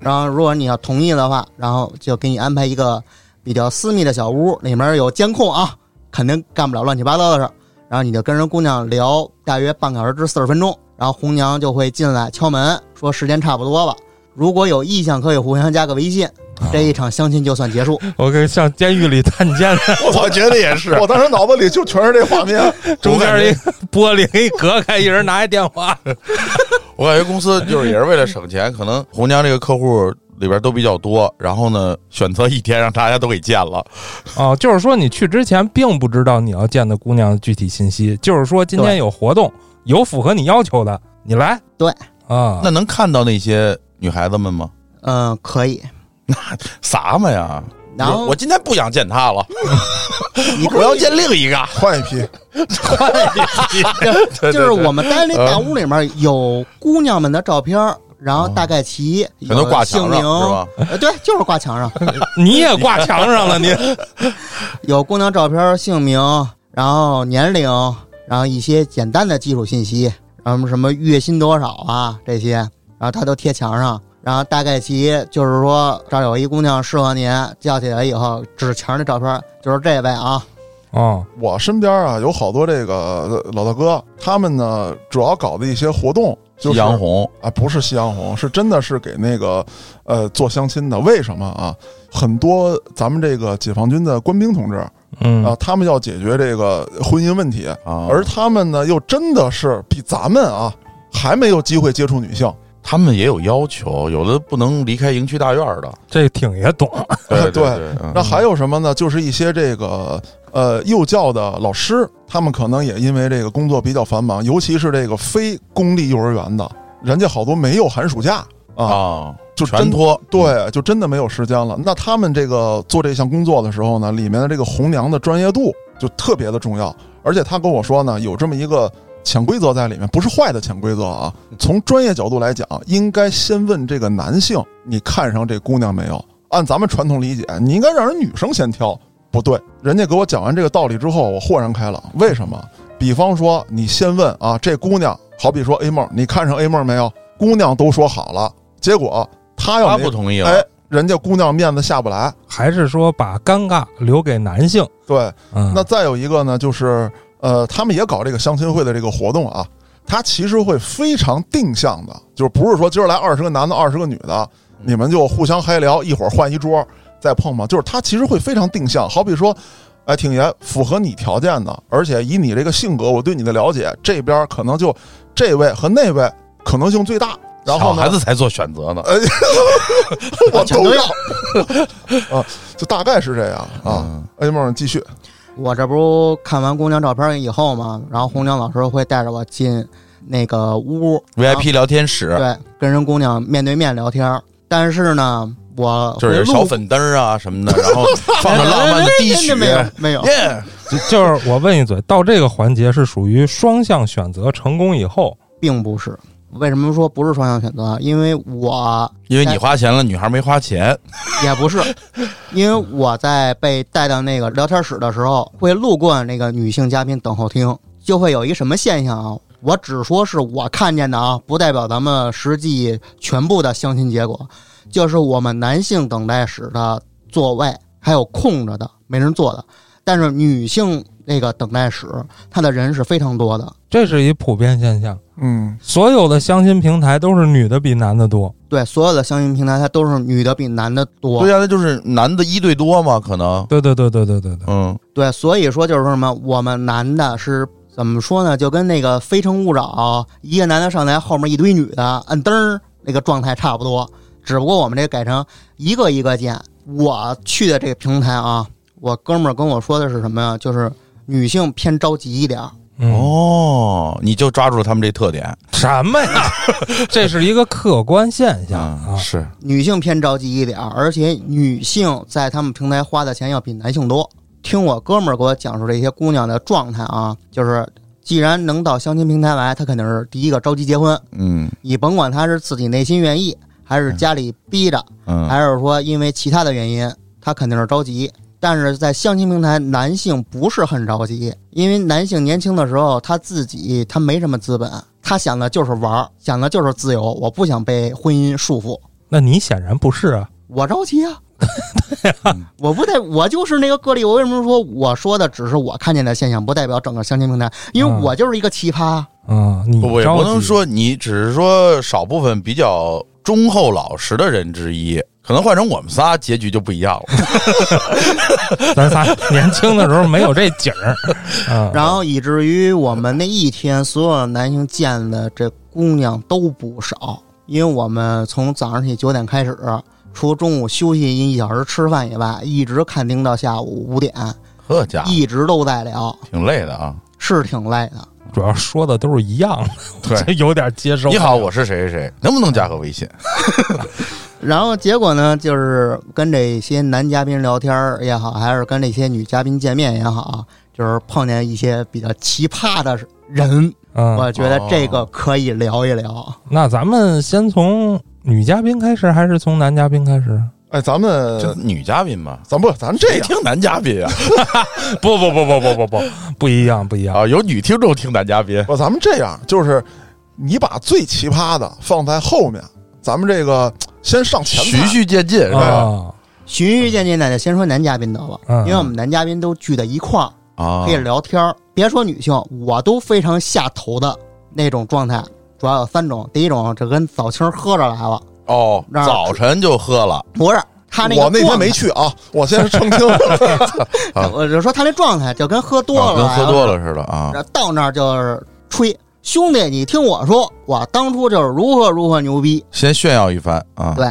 S1: 然后如果你要同意的话，然后就给你安排一个比较私密的小屋，里面有监控啊，肯定干不了乱七八糟的事儿。然后你就跟人姑娘聊大约半个小时至四十分钟，然后红娘就会进来敲门，说时间差不多了，如果有意向可以互相加个微 信，这一场相亲就算结束。
S4: 我跟像监狱里探监，
S3: 我觉得也是
S2: 我当时脑子里就全是这画面，
S4: 中间一 玻璃给你隔开，一人拿一电话，
S3: 我感觉公司就是也是为了省钱，可能红娘这个客户里边都比较多，然后呢选择一天让大家都给见了，
S4: 哦，就是说你去之前并不知道你要见的姑娘的具体信息，就是说今天
S1: 对
S4: 有活动，有符合你要求的，你来。
S1: 对
S4: 啊，
S3: 那能看到那些女孩子们吗？
S1: 嗯，可以。
S3: 啥嘛呀！
S1: 然后
S3: 我我今天不想见她 了，
S1: 你
S3: 我要见另一个。
S2: 换一批，
S3: 对
S1: 就是我们待那大屋里面有姑娘们的照片儿，然后大概齐，
S3: 哦全都挂墙
S1: 有
S3: 上
S1: 姓名
S3: 是吧？
S1: 呃，对，就是挂墙上，
S4: 你也挂墙上了，你
S1: 有姑娘照片儿、姓名，然后年龄，然后一些简单的基础信息，然后什么月薪多少啊这些，然后他都贴墙上。然后大概齐就是说，这儿有一姑娘适合您，叫起来以后指墙上的照片儿，就是这位啊，
S4: 哦，
S2: 我身边啊有好多这个呃老大哥，他们呢主要搞的一些活动就
S3: 夕
S2: 是
S3: 阳红，
S2: 啊，不是夕阳红，是真的是给那个呃做相亲的。为什么啊？很多咱们这个解放军的官兵同志
S4: 嗯
S2: 啊，他们要解决这个婚姻问题，
S3: 啊
S2: 而他们呢又真的是比咱们啊还没有机会接触女性。
S3: 他们也有要求，有的不能离开营区大院的。
S4: 这挺也懂，
S3: 对
S2: 对
S3: 对，嗯
S2: 那还有什么呢？就是一些这个呃幼教的老师，他们可能也因为这个工作比较繁忙，尤其是这个非公立幼儿园的，人家好多没有寒暑假啊，
S3: 啊，
S2: 就真
S3: 全托，
S2: 对，就真的没有时间了。那他们这个做这项工作的时候呢，里面的这个红娘的专业度就特别的重要。而且他跟我说呢，有这么一个潜规则在里面，不是坏的潜规则啊。从专业角度来讲，应该先问这个男性，你看上这姑娘没有？按咱们传统理解，你应该让人女生先挑。不对，人家给我讲完这个道理之后，我豁然开朗。为什么？比方说，你先问啊，这姑娘，好比说 A 梦，你看上 A 梦没有？姑娘都说好了，结果她要
S3: 他
S2: 没
S3: 不同意了
S2: 哎，，人家姑娘面子下不来。
S4: 还是说把尴尬留给男性？
S2: 对，
S4: 嗯，
S2: 那再有一个呢，就是呃，他们也搞这个相亲会的这个活动啊，他其实会非常定向的，就是不是说今儿来二十个男的，二十个女的，你们就互相嗨聊，一会儿换一桌再碰嘛，就是他其实会非常定向，好比说。哎，挺爷符合你条件的，而且以你这个性格，我对你的了解，这边儿可能就这位和那位可能性最大。然
S3: 小
S2: 后呢，
S3: 孩子才做选择呢。
S2: 我
S1: 全
S2: 都
S1: 都
S2: 要 啊
S1: 要，
S2: 就大概是这样啊。
S3: 嗯，
S2: 哎，梦继续，
S1: 我这不看完姑娘照片以后嘛，然后红娘老师会带着我进那个屋
S3: VIP 聊天室
S1: 对，跟人姑娘面对面聊天儿。但是呢，我
S3: 就是有
S1: 回
S3: 小
S1: 路哎
S3: 粉灯啊什么的，然后放着浪漫的低曲
S1: 真，没有没有，
S3: 耶，
S4: 就就是我问一嘴，到这个环节是属于双向选择成功以后，
S1: 并不是。为什么说不是双向选择？因为我
S3: 因为你花钱了，女孩没花钱，
S1: 也不是，因为我在被带到那个聊天室的时候，会路过那个女性嘉宾等候厅，就会有一什么现象啊？我只说是我看见的啊，不代表咱们实际全部的相亲结果。就是我们男性等待室的座位还有空着的没人坐的，但是女性那个等待室，她的人是非常多的。
S4: 这是一普遍现象。
S2: 嗯，
S4: 所有的相亲平台都是女的比男的多，
S1: 对，所有的相亲平台，它都是女的比男的多。
S3: 对呀，那就是男的一对多嘛，可能，
S4: 对对对对对对对，
S3: 嗯，
S1: 对，所以说就是说什么，我们男的是怎么说呢？就跟那个《非诚勿扰》，一个男的上台，后面一堆女的按灯儿那个状态差不多，只不过我们这改成一个一个见。我去的这个平台啊，我哥们儿跟我说的是什么呀？就是女性偏着急一点儿，
S4: 嗯、
S3: 哦，你就抓住了他们这特点
S4: 什么呀？这是一个客观现象
S3: 嗯
S4: 啊！
S3: 是
S1: 女性偏着急一点儿，而且女性在他们平台花的钱要比男性多。听我哥们儿给我讲述这些姑娘的状态啊，就是既然能到相亲平台来，她肯定是第一个着急结婚。
S3: 嗯
S1: 你甭管她是自己内心愿意，还是家里逼着，
S3: 嗯
S1: 还是说因为其他的原因，她肯定是着急。但是在相亲平台，男性不是很着急，因为男性年轻的时候他自己他没什么资本，他想的就是玩儿，想的就是自由，我不想被婚姻束缚。
S4: 那你显然不是啊，
S1: 我着急啊。 我不代，我就是那个个例。我为什么说我说的只是我看见的现象，不代表整个相亲平台？因为
S4: 嗯
S1: 我就是一个奇葩。
S4: 嗯，你
S3: 不我也
S4: 着
S3: 不
S4: 急
S3: 能说你只是说少部分比较忠厚老实的人之一，可能换成我们仨结局就不一样 了。
S4: 咱仨年轻的时候没有这景 儿，嗯，
S1: 然后以至于我们那一天，所有的男性见的这姑娘都不少，因为我们从早上起九点开始，除中午休息一小时吃饭以外，一直看盯到下午五点，
S3: 呵 家伙，
S1: 一直都在聊，
S3: 挺累的啊。
S1: 是挺累的。
S4: 主要说的都是一样的，
S3: 对
S4: 这有点接受不了。
S3: 你好，我是谁谁谁，能不能加个微信？
S1: 然后结果呢，就是跟这些男嘉宾聊天儿也好，还是跟这些女嘉宾见面也好，就是碰见一些比较奇葩的人，
S4: 嗯，
S1: 我觉得这个可以聊一聊。
S4: 那咱们先从女嘉宾开始，还是从男嘉宾开始？
S2: 哎，咱
S4: 呃
S3: 这
S2: 们
S3: 女嘉宾 嘛，
S2: 咱不，咱这
S3: 谁
S2: 样，
S3: 听男嘉宾啊？
S4: 不不不不不不不，不一样不一样。
S3: 啊，有女听众听男嘉宾，
S2: 不，咱们这样，就是你把最奇葩的放在后面，咱们这个先上前
S3: 循
S2: 排。
S3: 序渐进是吧？
S4: 啊，
S1: 循序渐进的，就先说男嘉宾得了，
S4: 嗯
S1: 因为我们男嘉宾都聚在一块儿，
S3: 啊
S1: 可以聊天儿。别说女性，我都非常下头的那种状态，主要有三种。第一种，这跟早清喝着来了，
S3: 哦，
S1: 那儿
S3: 早晨就喝了，
S1: 不是他那个
S2: 我那
S1: 状
S2: 天
S1: 态
S2: 没去啊，我先澄清。
S3: 啊
S1: 我就说他那状态就跟喝多
S3: 啊
S1: 了
S3: 跟
S1: 来
S3: 喝
S1: 了
S3: 多了似的啊。
S1: 然后到那儿就是吹，兄弟，你听我说，我当初就是如何如何牛逼。
S3: 先炫耀一番啊！
S1: 对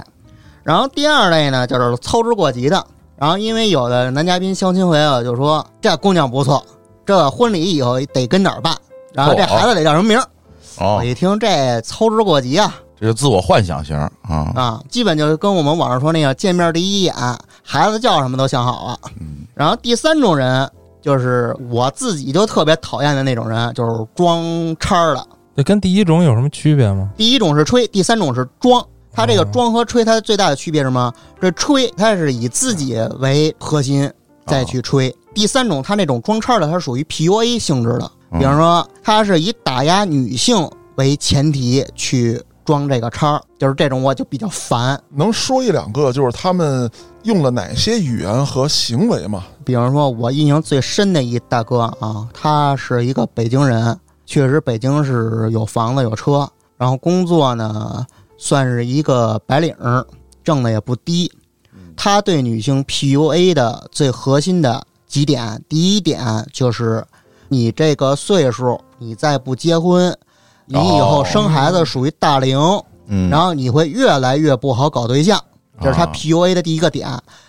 S1: 然后第二类呢，就是操之过急的。然后因为有的男嘉宾相亲回来了，就说这姑娘不错，这婚礼以后得跟哪儿办，然后这
S3: 嚯
S1: 孩子得叫什么名儿？我
S3: 哦，
S1: 一听这操之过急啊
S3: 这是自我幻想型啊。
S1: 啊，基本就是跟我们网上说那个见面第一眼，孩子叫什么都想好了。
S3: 嗯，
S1: 然后第三种人就是我自己就特别讨厌的那种人，就是装叉儿的。
S4: 这跟第一种有什么区别吗？
S1: 第一种是吹，第三种是装。它这个
S4: 哦
S1: 装和吹，它最大的区别是什么？这吹它是以自己为核心再去吹。第三种，它那种装叉的，它是属于 PUA 性质的，
S3: 嗯
S1: 比方说它是以打压女性为前提去装这个叉，就是这种我就比较烦。
S2: 能说一两个，就是他们用了哪些语言和行为吗？
S1: 比方说，我印象最深的一大哥啊，他是一个北京人，啊确实北京是有房子有车，然后工作呢算是一个白领儿，挣的也不低。他对女性 PUA 的最核心的几点，第一点就是你这个岁数，你再不结婚，你以后生孩子属于大龄，
S3: 嗯，
S1: 然后你会越来越不好搞对象。这是他
S3: 啊
S1: PUA 的第一个点。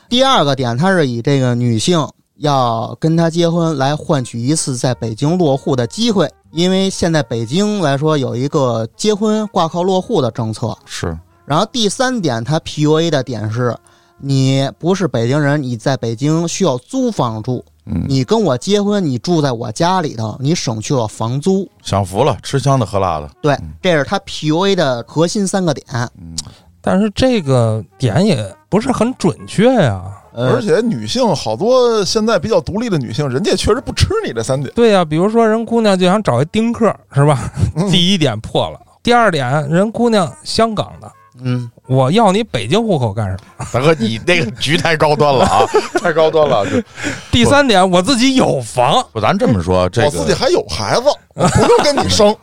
S1: 第二个点，他是以这个女性要跟他结婚来换取一次在北京落户的机会，因为现在北京来说有一个结婚挂靠落户的政策。
S3: 是
S1: 然后第三点，他 PUA 的点是。你不是北京人，你在北京需要租房住。
S3: 嗯，
S1: 你跟我结婚，你住在我家里头，你省去了房租。
S3: 享福了，吃香的喝辣的，
S1: 对，这是他 PUA 的核心三个点。
S3: 嗯，
S4: 但是这个点也不是很准确呀。
S1: 呃
S3: 嗯
S2: 而且女性好多现在比较独立的女性，人家也确实不吃你这三点。
S4: 对呀、比如说人姑娘就想找一丁克，是吧？第一点破了，第二点人姑娘香港的，
S1: 嗯，
S4: 我要你北京户口干什么？
S3: 大哥，你那个局太高端了 啊，太高端了。
S2: 啊
S3: 就
S4: 第三点，我自己有房，
S3: 不，咱这么说，这
S2: 我自己
S3: 个
S2: 还有孩子，我不用跟你生。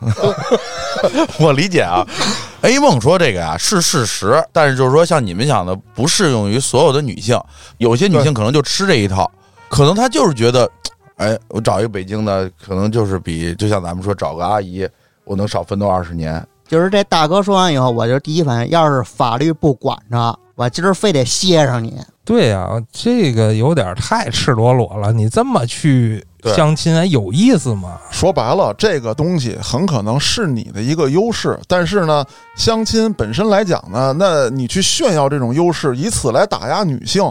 S3: 我理解啊。A 梦说这个呀、是事实，但是就是说，像你们想的，不适用于所有的女性，有些女性可能就吃这一套，可能她就是觉得，哎，我找一个北京的，可能就是比，就像咱们说找个阿姨，我能少奋斗二十年。
S1: 就是这大哥说完以后，我就第一反应，要是法律不管着，我今儿非得歇上你，
S4: 对呀、这个有点太赤裸裸了。你这么去
S3: 对
S4: 相亲，还有意思吗？
S2: 说白了，这个东西很可能是你的一个优势，但是呢，相亲本身来讲呢，那你去炫耀这种优势，以此来打压女性，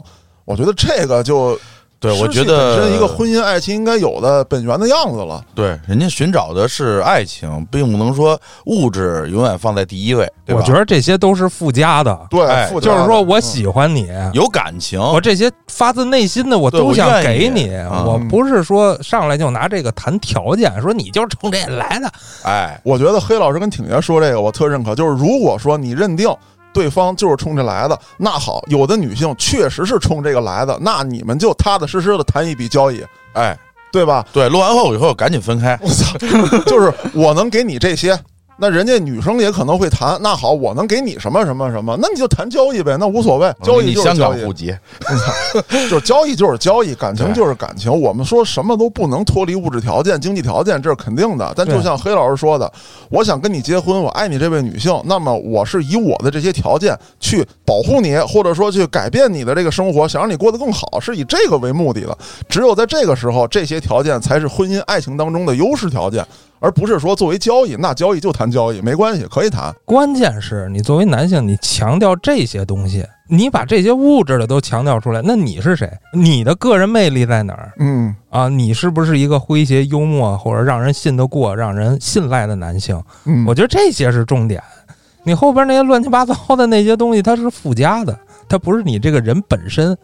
S2: 我觉得这个就
S3: 对，我
S2: 失
S3: 觉
S2: 去
S3: 得
S2: 本身一个婚姻爱情应该有的本源的样子了。
S3: 对，人家寻找的是爱情，并不能说物质永远放在第一位，对吧？
S4: 我觉得这些都是附加的，
S2: 对，
S3: 哎
S2: 附加
S4: 就是说
S2: 的
S4: 我
S2: 嗯
S4: 喜欢你，
S3: 有感情，
S4: 我这些发自内心的我嗯
S3: 对
S4: 都
S3: 我
S4: 想
S3: 愿
S4: 给
S3: 意
S4: 你，
S3: 啊
S4: 我不是说上来就拿这个谈条件，说你就是冲这来的。
S3: 哎，
S2: 我觉得黑老师跟挺爷说这个，我特认可。就是如果说你认定对方就是冲这来的，那好，有的女性确实是冲这个来的，那你们就踏踏实实的谈一笔交易，
S3: 哎，
S2: 对吧？
S3: 对，录完后以后赶紧分开，
S2: 我操，就是我能给你这些，那人家女生也可能会谈。那好，我能给你什么什么什么，那你就谈交易呗，那无所谓，交
S3: 哦
S2: 易
S3: 你
S2: 就是
S3: 香
S2: 交
S3: 港
S2: 易
S3: 户，籍，
S2: 就是交易就是交易，感情
S3: 对
S2: 就是感情。我们说什么都不能脱离物质条件、经济条件，这是肯定的。但
S4: 对
S2: 就像黑老师说的，我想跟你结婚，我爱你这位女性，那么我是以我的这些条件去保护你，或者说去改变你的这个生活，想让你过得更好，是以这个为目的的。只有在这个时候，这些条件才是婚姻爱情当中的优势条件，而不是说作为交易，那交易就谈交易，没关系，可以谈。
S4: 关键是你作为男性，你强调这些东西，你把这些物质的都强调出来，那你是谁？你的个人魅力在哪儿
S2: 嗯，
S4: 啊？你是不是一个诙谐幽默或者让人信得过、让人信赖的男性？
S2: 嗯
S4: 我觉得这些是重点。你后边那些乱七八糟的那些东西，它是附加的，它不是你这个人本身。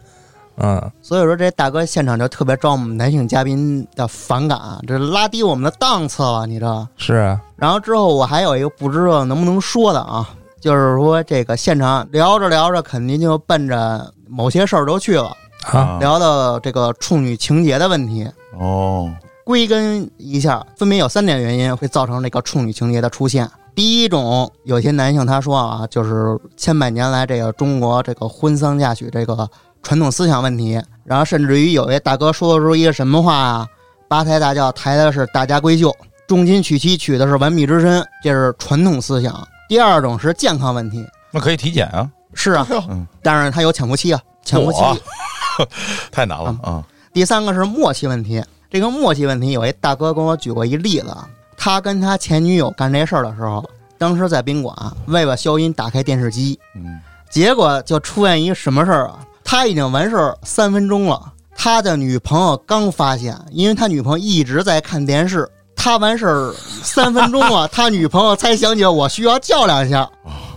S4: 嗯，
S1: 所以说这大哥现场就特别招我们男性嘉宾的反感，这拉低我们的档次了，你知道？
S4: 是啊，
S1: 然后之后我还有一个不知道能不能说的啊，就是说这个现场聊着聊着，肯定就奔着某些事儿就去了，
S4: 啊，
S3: 啊
S1: 聊到这个处女情节的问题。
S3: 哦，
S1: 归根一下，分别有三点原因会造成这个处女情节的出现。第一种，有些男性他说啊，就是千百年来这个中国这个婚丧嫁娶这个传统思想问题，然后甚至于有些大哥说出一个什么话啊，八抬大轿抬的是大家闺秀，重金娶妻娶的是完璧之身，这是传统思想。第二种是健康问题，
S3: 那可以体检啊，
S1: 是啊
S3: 嗯，
S1: 但是他有潜伏期啊，潜 伏期
S3: 我太难了啊，
S1: 第三个是默契问题。这个默契问题，有一大哥跟我举过一例子，啊，他跟他前女友干这事儿的时候，当时在宾馆，为了消音打开电视机，
S3: 嗯，
S1: 结果就出现一什么事儿啊？他已经完事儿三分钟了，他的女朋友刚发现，因为他女朋友一直在看电视，他完事儿三分钟了，他女朋友才想起我需要较量一下。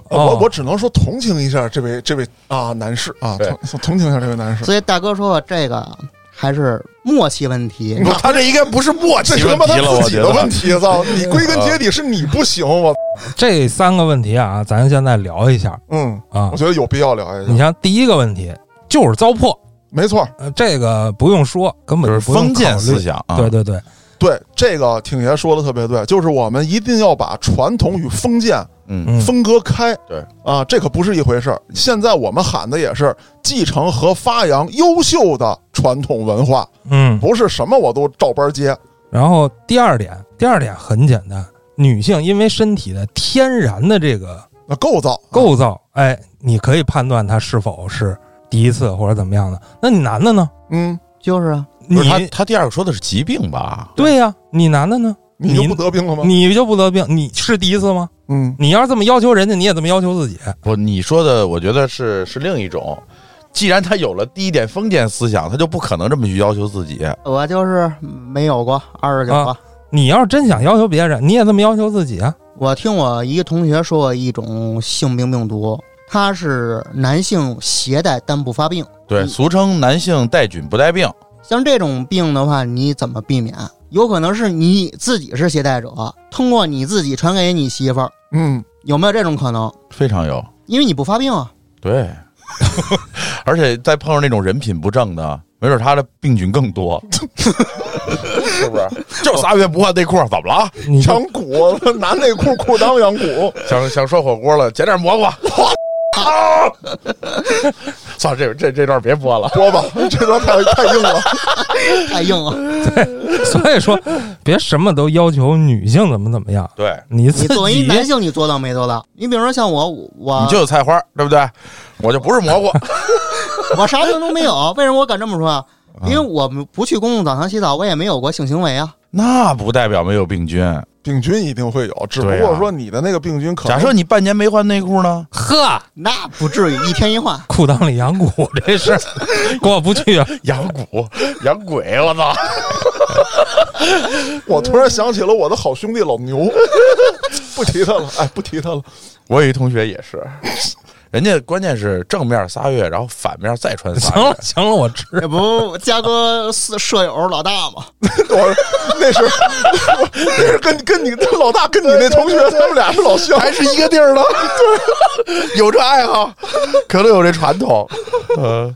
S2: 我
S4: 哦
S2: 呃我只能说同情一下这位这位啊男士啊，
S3: 对
S2: 同同情一下这位男士。
S1: 所以大哥说这个还是默契问题，
S2: 我
S3: 他这应该不是默
S2: 这
S3: 契
S2: 是他
S3: 问
S2: 妈
S3: 题了，
S2: 他
S3: 我
S2: 自己
S3: 觉
S2: 的
S3: 得，
S2: 问 题，操！你归根结底是你不行，我
S4: 这三个问题啊，咱现在聊一下
S2: 嗯，
S4: 啊
S2: 我。觉得有必要聊一
S4: 你
S2: 下。
S4: 像第一个问题就是糟粕，
S2: 没错，
S4: 呃，这个不用说，根本
S3: 就是
S4: 不用
S3: 封建
S4: 考虑
S3: 思。想啊，
S4: 对对对，
S2: 对这个挺爷说的特别对，就是我们一定要把传统与封建
S3: 嗯，
S4: 嗯，
S2: 分割开。
S3: 对
S2: 啊，这可不是一回事儿。现在我们喊的也是继承和发扬优秀的传统文化，
S4: 嗯。
S2: 不是什么我都照搬接。
S4: 然后第二点，第二点很简单，女性因为身体的天然的这个
S2: 那构造
S3: 哦
S4: 构造，哎，你可以判断她是否是第一次或者怎么样的。那你男的呢？
S2: 嗯，
S1: 就是啊，
S4: 你
S3: 不是他他第二个说的是疾病吧？
S4: 对呀、你男的呢？
S2: 你就
S4: 你
S2: 不得病了吗？
S4: 你就不得病？你是第一次吗？
S2: 嗯，
S4: 你要是这么要求人家，你也这么要求自己。
S3: 不，你说的我觉得是是另一种。既然他有了第一点封建思想，他就不可能这么去要求自己。
S1: 我就是没有过二十九
S4: 啊
S1: 个。
S4: 你要是真想要求别人，你也这么要求自己啊。
S1: 我听我一个同学说过一种性病病毒，它是男性携带但不发病。
S3: 对，
S1: 嗯
S3: 俗称男性带菌不带病，
S1: 像这种病的话，你怎么避免？有可能是你自己是携带者，通过你自己传给你媳妇儿，
S2: 嗯，
S1: 有没有这种可能？
S3: 非常有。
S1: 因为你不发病啊，
S3: 对， 而且再碰上那种人品不正的，没准他的病菌更多，是不是？就仨月不换内裤，怎么了？
S4: 你就
S2: 羊骨 拿内裤裤裆羊骨，
S3: 想想涮火锅了，捡点 蘑菇。啊算了，这这这段别播了。
S2: 说吧，这段太太硬了。
S1: 啊 太硬了。
S4: 所以说，别什么都要求女性怎么怎么样，
S3: 对，
S4: 你
S1: 你
S4: 自
S1: 作为一
S4: 己
S1: 男性，你做到没做到？你比如说像我，我
S3: 你就有菜花，对不对？我就不是蘑菇，
S1: 我啥病都没有，为什么我敢这么说啊？因为我们不去公共澡堂洗澡，我也没有过性行为啊。
S3: 那不代表没有病菌。
S2: 病菌一定会有，只不
S3: 对
S2: 过
S3: 啊
S2: 说你的那个病菌可能
S3: 假设你半年没换内裤呢？
S4: 呵，
S1: 那不至于一天一 换，
S4: 裤裆里养蛊这事儿过不去 啊。
S3: 养蛊，养鬼，我操！
S2: 我突然想起了我的好兄弟老牛， 不提他了，哎，不提他了。
S3: 我有一同学也 是，人家关键是正面仨月，然后反面再穿仨
S4: 行
S3: 月
S4: 了，行了，我知
S1: 这不嘉哥舍舍友老大吗？
S2: 我那是那是跟跟你老大跟你那同学，他们俩是老 乡，
S3: 还是一个地 儿的，有这爱好，可能有这传 统，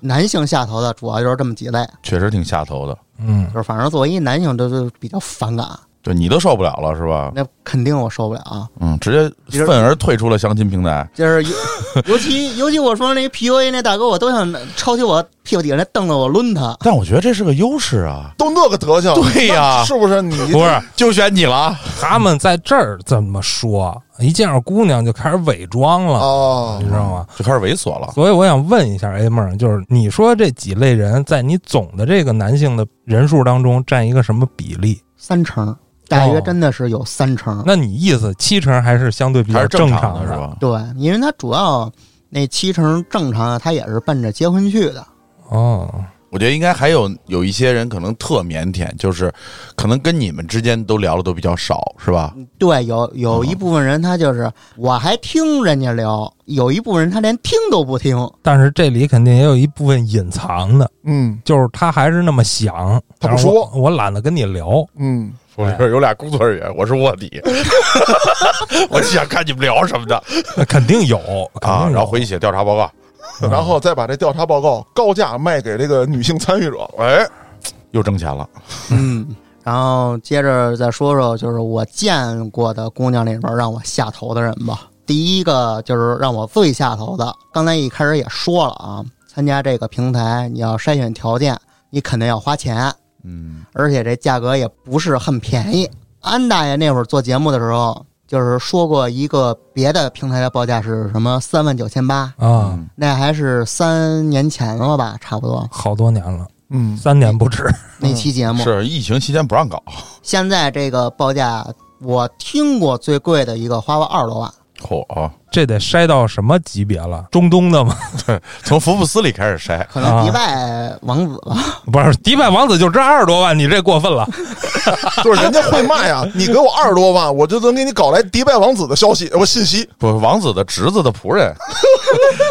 S1: 男性下头的主要就是这么几类，
S3: 呃确实挺下头的。
S4: 嗯，
S1: 就是反正作为一男性，这就比较反感，
S3: 就你都受不了了是吧？
S1: 那肯定我受不了啊。
S3: 嗯，直接愤而退出了相亲平台。
S1: 就是尤 尤其尤其我说那 PUA 那大哥，我都想抄起我屁股底下那凳子，我抡他。
S3: 但我觉得这是个优势啊。
S2: 都那个德行，
S3: 对呀
S2: 那是不是你？
S3: 不是， 就选你了啊。
S4: 他们在这儿这么说，一见着姑娘就开始伪装
S3: 哦
S4: 了，
S2: 啊
S4: 你，知道吗？
S3: 就开始猥琐了。
S4: 所以我想问一下 A 妹儿，就是你说这几类人在你总的这个男性的人数当中占一个什么比例？
S1: 三成，大约
S4: 哦
S1: 真的是有三成。
S4: 那你意思七成还是相对比
S3: 嗯还
S4: 较
S3: 是正
S4: 常
S3: 常的是？吧？
S1: 对，因为他主要那七成正常的，他也是奔着结婚去的。
S4: 哦，
S3: 我觉得应该还有有一些人可能特腼腆，就是可能跟你们之间都聊的都比较少，是吧？
S1: 对，有有一部分人他就是我还听人家聊，有一部分人他连听都不听。
S4: 但是这里肯定也有一部分隐藏的，
S2: 嗯
S4: 就是他还是那么想，
S2: 他不
S4: 但是我
S2: 说
S4: 我懒得跟你聊。
S2: 嗯，
S3: 我里边有俩工作人员，我是卧底， 我就想看你们聊什么的
S4: 那肯定有肯
S3: 啊
S4: 定，有
S3: 然后回去写调查报告。嗯
S2: 然后再把这调查报告高价卖给这个女性参与者。
S3: 哎，又挣钱了，
S1: 嗯，然后接着再说说，就是我见过的姑娘里边让我下头的人吧。第一个就是让我最下头的，刚才一开始也说了啊，参加这个平台，你要筛选条件，你肯定要花钱，
S3: 嗯，
S1: 而且这价格也不是很便宜。安大爷那会儿做节目的时候，就是说过一个别的平台的报价是什么三万九千八，
S4: 啊，
S1: 那还是三年前了吧，差不多
S4: 好多年了，
S2: 嗯，
S4: 三年不止。
S1: 那期节目。
S3: 嗯是疫情期间不让搞，
S1: 现在这个报价，我听过最贵的一个花了二啊十多万，
S3: 嚯、
S4: 这得筛到什么级别了？中东的吗？
S3: 从福布斯里开始筛，
S1: 可能
S4: 啊
S1: 迪拜王子吧。
S4: 不是，迪拜王子就值二十多万，你这过分了。
S2: 就是人家会卖呀，你给我二十多万，我就能给你搞来迪拜王子的消息，我信息。
S3: 不，王子的侄子的仆人，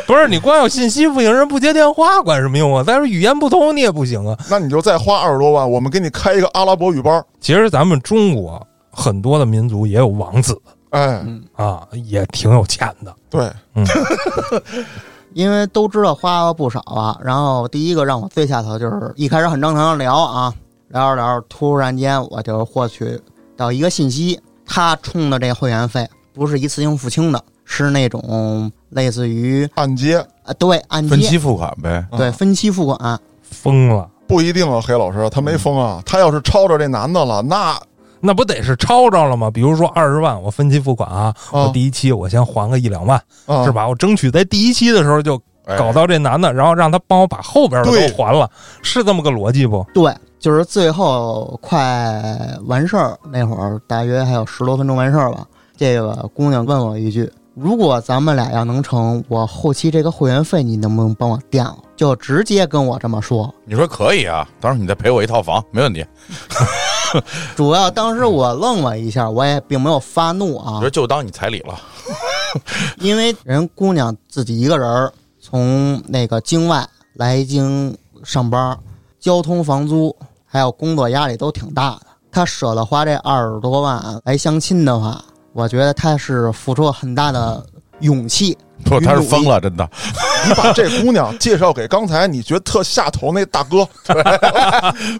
S4: 不是你光有信息不行，人不接电话管什么用啊？再说语言不通你也不行啊。
S2: 那你就再花二十多万，我们给你开一个阿拉伯语班。
S4: 其实咱们中国很多的民族也有王子
S2: 哎，
S4: 啊，也挺有钱的。
S2: 对，
S4: 嗯，
S1: 因为都知道花了不少啊，然后第一个让我最下头就是一开始很正常的聊啊，聊着聊着，突然间我就获取到一个信息，他充的这会员费不是一次性付清的，是那种类似于
S2: 按揭
S1: 啊、对按
S3: 分
S1: 揭
S3: 期啊付款呗。
S1: 对分期付款，
S4: 疯了，
S2: 不一定啊，黑老师他没疯啊，他要是抄着这男的了，那
S4: 那不得是抄着了吗？比如说二十万，我分期付款啊，
S2: 啊
S4: 我第一期我先还个一两万，
S2: 啊
S4: 是吧？我争取在第一期的时候就
S3: 哎
S4: 搞到这男的，然后让他帮我把后边的
S2: 对
S4: 都还了，是这么个逻辑不？
S1: 对，就是最后快完事儿那会儿，大约还有十多分钟完事儿吧。这个姑娘问我一句：“如果咱们俩要能成，我后期这个会员费你能不能帮我垫了？”就直接跟我这么说。
S3: 你说可以啊，到时候你再赔我一套房，没问题。
S1: 主要当时我愣了一下，我也并没有发怒
S3: 你
S1: 啊
S3: 说，就当你彩礼了，
S1: 因为人姑娘自己一个人儿从那个京外来京上班，交通、房租还有工作压力都挺大的。她舍得花这二十多万来相亲的话，我觉得她是付出了很大的勇气。
S3: 不，他是疯了，真的。
S2: 你把这姑娘介绍给刚才你觉得特下头那大哥，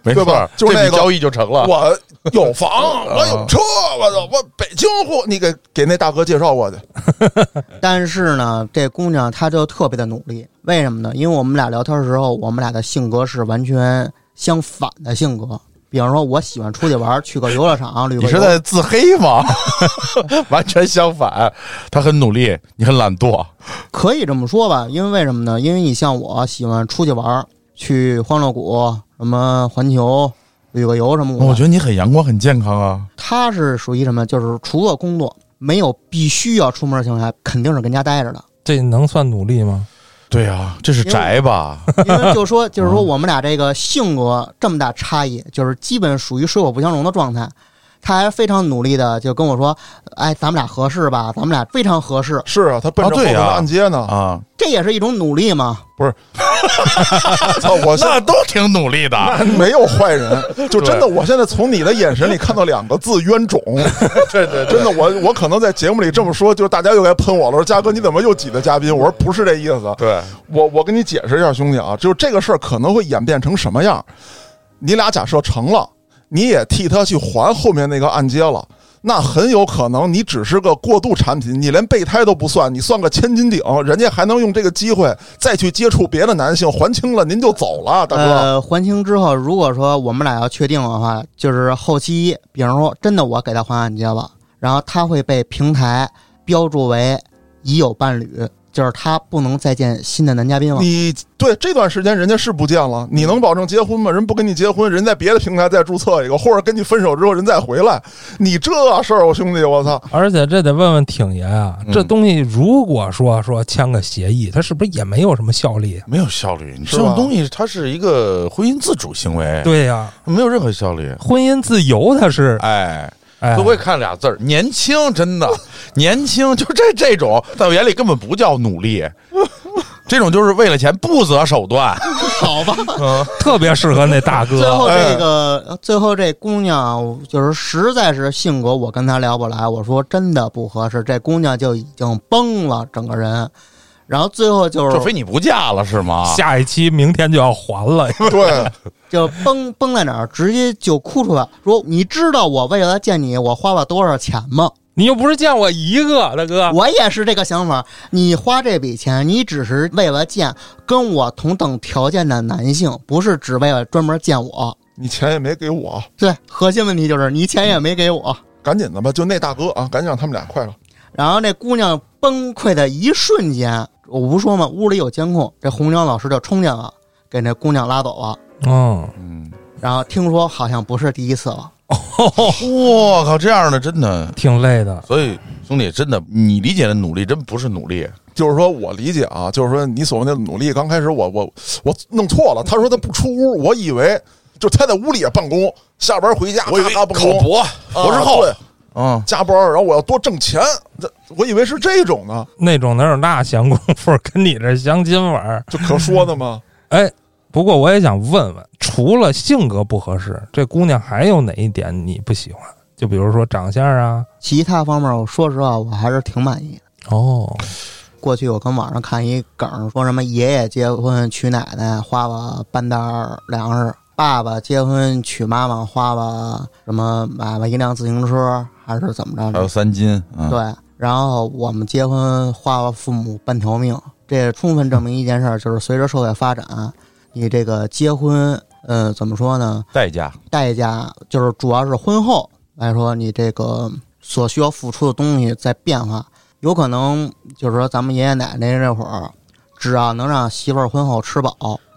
S3: 没
S2: 对吧
S3: 错，
S2: 就是
S3: 这
S2: 那
S3: 笔
S2: 个
S3: 交易就成了。
S2: 我有房，我有车，我操，我北京户，你给给那大哥介绍过去。
S1: 但是呢，这姑娘她就特别的努力，为什么呢？因为我们俩聊天的时候，我们俩的性格是完全相反的性格。比方说，我喜欢出去玩，去个游乐场旅
S3: 你
S1: 个
S3: 是
S1: 游，
S3: 在自黑吗？ 完全相反，他很努力，你很懒惰。
S1: 可以这么说吧？因为为什么呢？因为你像我喜欢出去玩，去欢乐谷、什么环球旅个游什么的。
S3: 我觉得你很阳光，很健康啊。
S1: 他是属于什么？就是除了工作，没有必须要出门的情况下，肯定是跟家待着 的。
S4: 这能算努力吗？
S3: 对啊，这是宅吧？
S1: 因为就说
S3: 哦
S1: 就是说我们俩这个性格这么大差异，就是基本属于水火不相容的状态。他还非常努力的就跟我说：“哎，咱们俩合适吧？咱们俩非常合适。
S2: 是啊，他奔
S3: 啊
S2: 着后
S3: 对
S2: 头的
S3: 啊
S2: 按揭呢。
S3: 啊，”
S1: 这也是一种努力嘛。
S2: 操，我现
S3: 那都挺努力的。
S2: 没有坏人，就真的，
S3: 对
S2: 我现在从你的眼神里看到两个字“冤种”。 对对，真的，我我可能在节目里这么说，就是大家又该喷我了，说嘉哥你怎么又挤的嘉宾？我说不是这意思，
S3: 对，
S2: 我我跟你解释一下，兄弟啊，就是这个事儿可能会演变成什么样？你俩假设成了，你也替他去还后面那个按揭了。那很有可能你只是个过渡产品，你连备胎都不算，你算个千斤顶，人家还能用这个机会再去接触别的男性，还清了您就走了，大哥。
S1: 呃，还清之后，如果说我们俩要确定的话，就是后期，比如说真的我给他还按揭了，然后他会被平台标注为已有伴侣，就是他不能再见新的男嘉宾
S3: 嗯
S1: 了。
S2: 你对这段时间人家是不见了，你能保证结婚吗？人不跟你结婚，人在别的平台再注册一个，或者跟你分手之后人再回来，你这事儿，我兄弟，我 操！
S4: 而且这得问问挺爷啊，
S3: 嗯
S4: 这东西如果说说签个协议，它是不是也没有什么效力？啊
S3: 没有效率。你
S2: 是
S3: 这种
S2: 吧
S3: 东西，它是一个婚姻自主行为，
S4: 对呀、
S3: 没有任何效率。
S4: 婚姻自由它是，
S3: 哎，
S4: 哎，
S3: 我也看俩字儿，年轻，真的年轻，就这这种，在我眼里根本不叫努力，这种就是为了钱不择手段。
S1: 好吧，
S4: 特别适合那 大
S1: 最
S4: 哥。
S1: 后这个，最后这姑娘就是实在是性格，我跟她聊不来，我说真的不合适，这姑娘就已经崩了整个人，然后最后就
S3: 就是非你不嫁了是吗？
S4: 下一期明天就要还了，
S2: 对，
S1: 就崩崩在哪儿，直接就哭出来，说你知道我为了见你，我花了多少钱吗？
S4: 你又不是见我一个，大哥。
S1: 我也是这个想法。你花这笔钱，你只是为了见跟我同等条件的男性，不是只为了专门见我。
S2: 你钱也没给我，
S1: 对，核心问题就是你钱也没给我。
S2: 赶紧的吧，就那大哥啊，赶紧让他们俩快了。
S1: 然后那姑娘崩溃的一瞬间，我不说嘛，屋里有监控，这红娘老师就冲进来，给那姑娘拉走了。
S4: 嗯，
S3: 嗯，
S1: 然后听说好像不是第一次了，
S3: 哦我靠，这样的真的，
S4: 挺累的。
S3: 所以兄弟，真的，你理解的努力真不是努力，
S2: 就是说我理解啊，就是说你所谓的努力，刚开始我我我弄错了，他说他不出屋，我以为就他在屋里也办公，下班回家
S3: 我以为
S2: 咔
S3: 考
S2: 咔办公，
S3: 博博士后
S2: 啊，对
S3: 嗯，
S2: 加班，然后我要多挣钱，这我以为是这种呢，
S4: 那种哪有那闲工夫跟你这相亲玩儿？
S2: 就可说 的吗？
S4: 哎，不过我也想问问，除了性格不合适，这姑娘还有哪一点你不喜欢？就比如说长相啊。
S1: 其他方面，我说实话，我还是挺满意的。
S4: 哦，
S1: 过去我跟网上看一梗，说什么爷爷结婚娶奶奶花了半袋儿粮食，爸爸结婚娶妈妈花了什么买了一辆自行车还是怎么
S3: 还有
S1: 着？
S3: 三金，嗯，
S1: 对，然后我们结婚花了父母半条命，这也充分证明一件事儿，就是随着社会发展，你这个结婚，呃，怎么说呢？
S3: 代价，
S1: 代价就是主要是婚后来说，你这个所需要付出的东西在变化，有可能就是说咱们爷爷奶奶那会儿，只要能让媳妇儿婚后吃饱，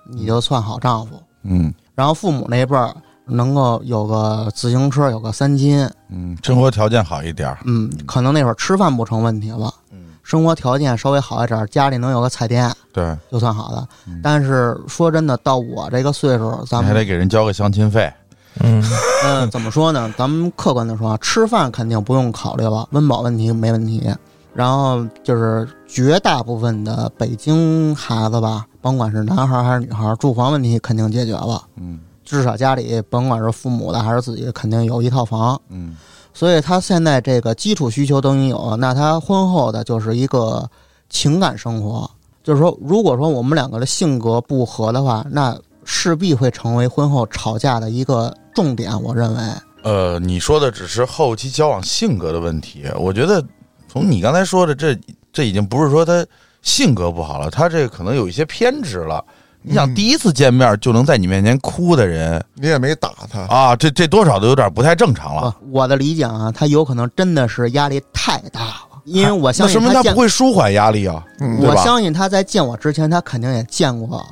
S1: 你就算好丈夫。
S3: 嗯
S1: 然后父母那辈儿能够有个自行车，有个三金，
S3: 嗯，生活条件好一点儿，
S1: 嗯，可能那会儿吃饭不成问题了，
S3: 嗯，
S1: 生活条件稍微好一点儿，家里能有个彩电
S3: 对，
S1: 就算好的
S3: 嗯。
S1: 但是说真的，到我这个岁数，咱
S3: 你还
S1: 们
S3: 得给人交个相亲费，
S4: 嗯，
S1: 嗯，怎么说呢？咱们客观的说，啊，吃饭肯定不用考虑了，温饱问题没问题。然后就是绝大部分的北京孩子吧，甭管是男孩还是女孩，住房问题肯定解决了，
S3: 嗯
S1: 至少家里甭管是父母的还是自己，肯定有一套房。
S3: 嗯，
S1: 所以他现在这个基础需求都已经有了，那他婚后的就是一个情感生活。就是说，如果说我们两个的性格不合的话，那势必会成为婚后吵架的一个重点，我认为。
S3: 呃，你说的只是后期交往性格的问题，我觉得从你刚才说的这，这已经不是说他性格不好了，他这可能有一些偏执了。你想
S2: 嗯
S3: 第一次见面就能在你面前哭的人
S2: 你也没打他，
S3: 啊，这这多少都有点不太正常了。
S1: 不呃我的理解啊，他有可能真的是压力太大了，因为我
S3: 那
S1: 相信
S3: 说明他
S1: 见
S3: 不会舒缓压力啊，
S2: 嗯
S3: 对
S1: 我
S3: 吧
S1: 相信他在见我之前，他肯定也见过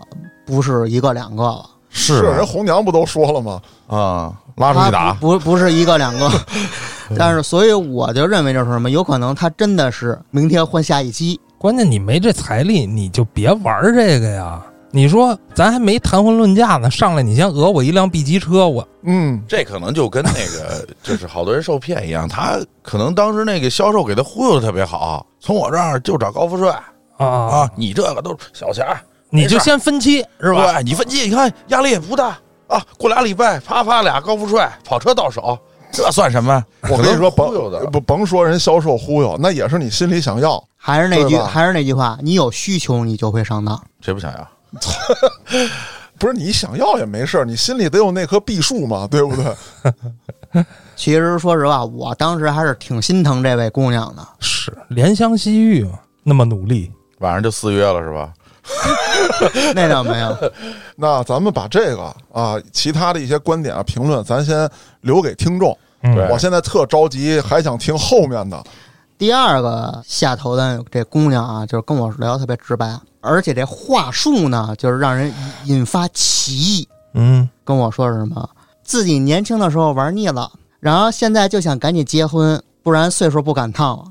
S1: 不是一个两个了，
S3: 是
S2: 是人红娘不都说了吗？
S3: 啊，拉出去
S1: 他
S3: 打，
S1: 不不不是一个 两个，但是所以我就认为就是什么，有可能他真的是明天换下一期，
S4: 关键你没这财力，你就别玩这个呀。你说咱还没谈婚论嫁呢，上来你先讹我一辆 B 级车，我
S2: 嗯，
S3: 这可能就跟那个就是好多人受骗一样，他可能当时那个销售给他忽悠的特别好，从我这儿就找高富帅
S4: 啊
S3: 啊，你这个都是小钱儿
S4: 你就先分期是吧？
S3: 对你分期，你看压力也不大啊，过俩礼拜啪啪俩高富帅跑车到手，这算什么呀？
S2: 我跟你说，
S3: 可能忽悠的
S2: 甭不甭说人销售忽悠，那也是你心里想要，
S1: 还是那句
S2: 对吧
S1: 还是那句话，你有需求你就会上当。
S3: 谁不想要？
S2: 不是你想要也没事儿，你心里得有那棵碧树嘛，对不对？
S1: 其实说实话，我当时还是挺心疼这位姑娘的。
S4: 是怜香惜玉嘛，那么努力，
S3: 晚上就四约了是吧？
S1: 那倒没有，
S2: 那咱们把这个啊，其他的一些观点啊、评论，咱先留给听众。
S4: 嗯
S3: 对
S2: 我现在特着急，还想听后面的。
S1: 第二个下头的这姑娘啊，就是跟我聊得特别直白，而且这话术呢，就是让人引引发歧义。
S4: 嗯，
S1: 跟我说是什么？自己年轻的时候玩腻了，然后现在就想赶紧结婚，不然岁数不赶趟了。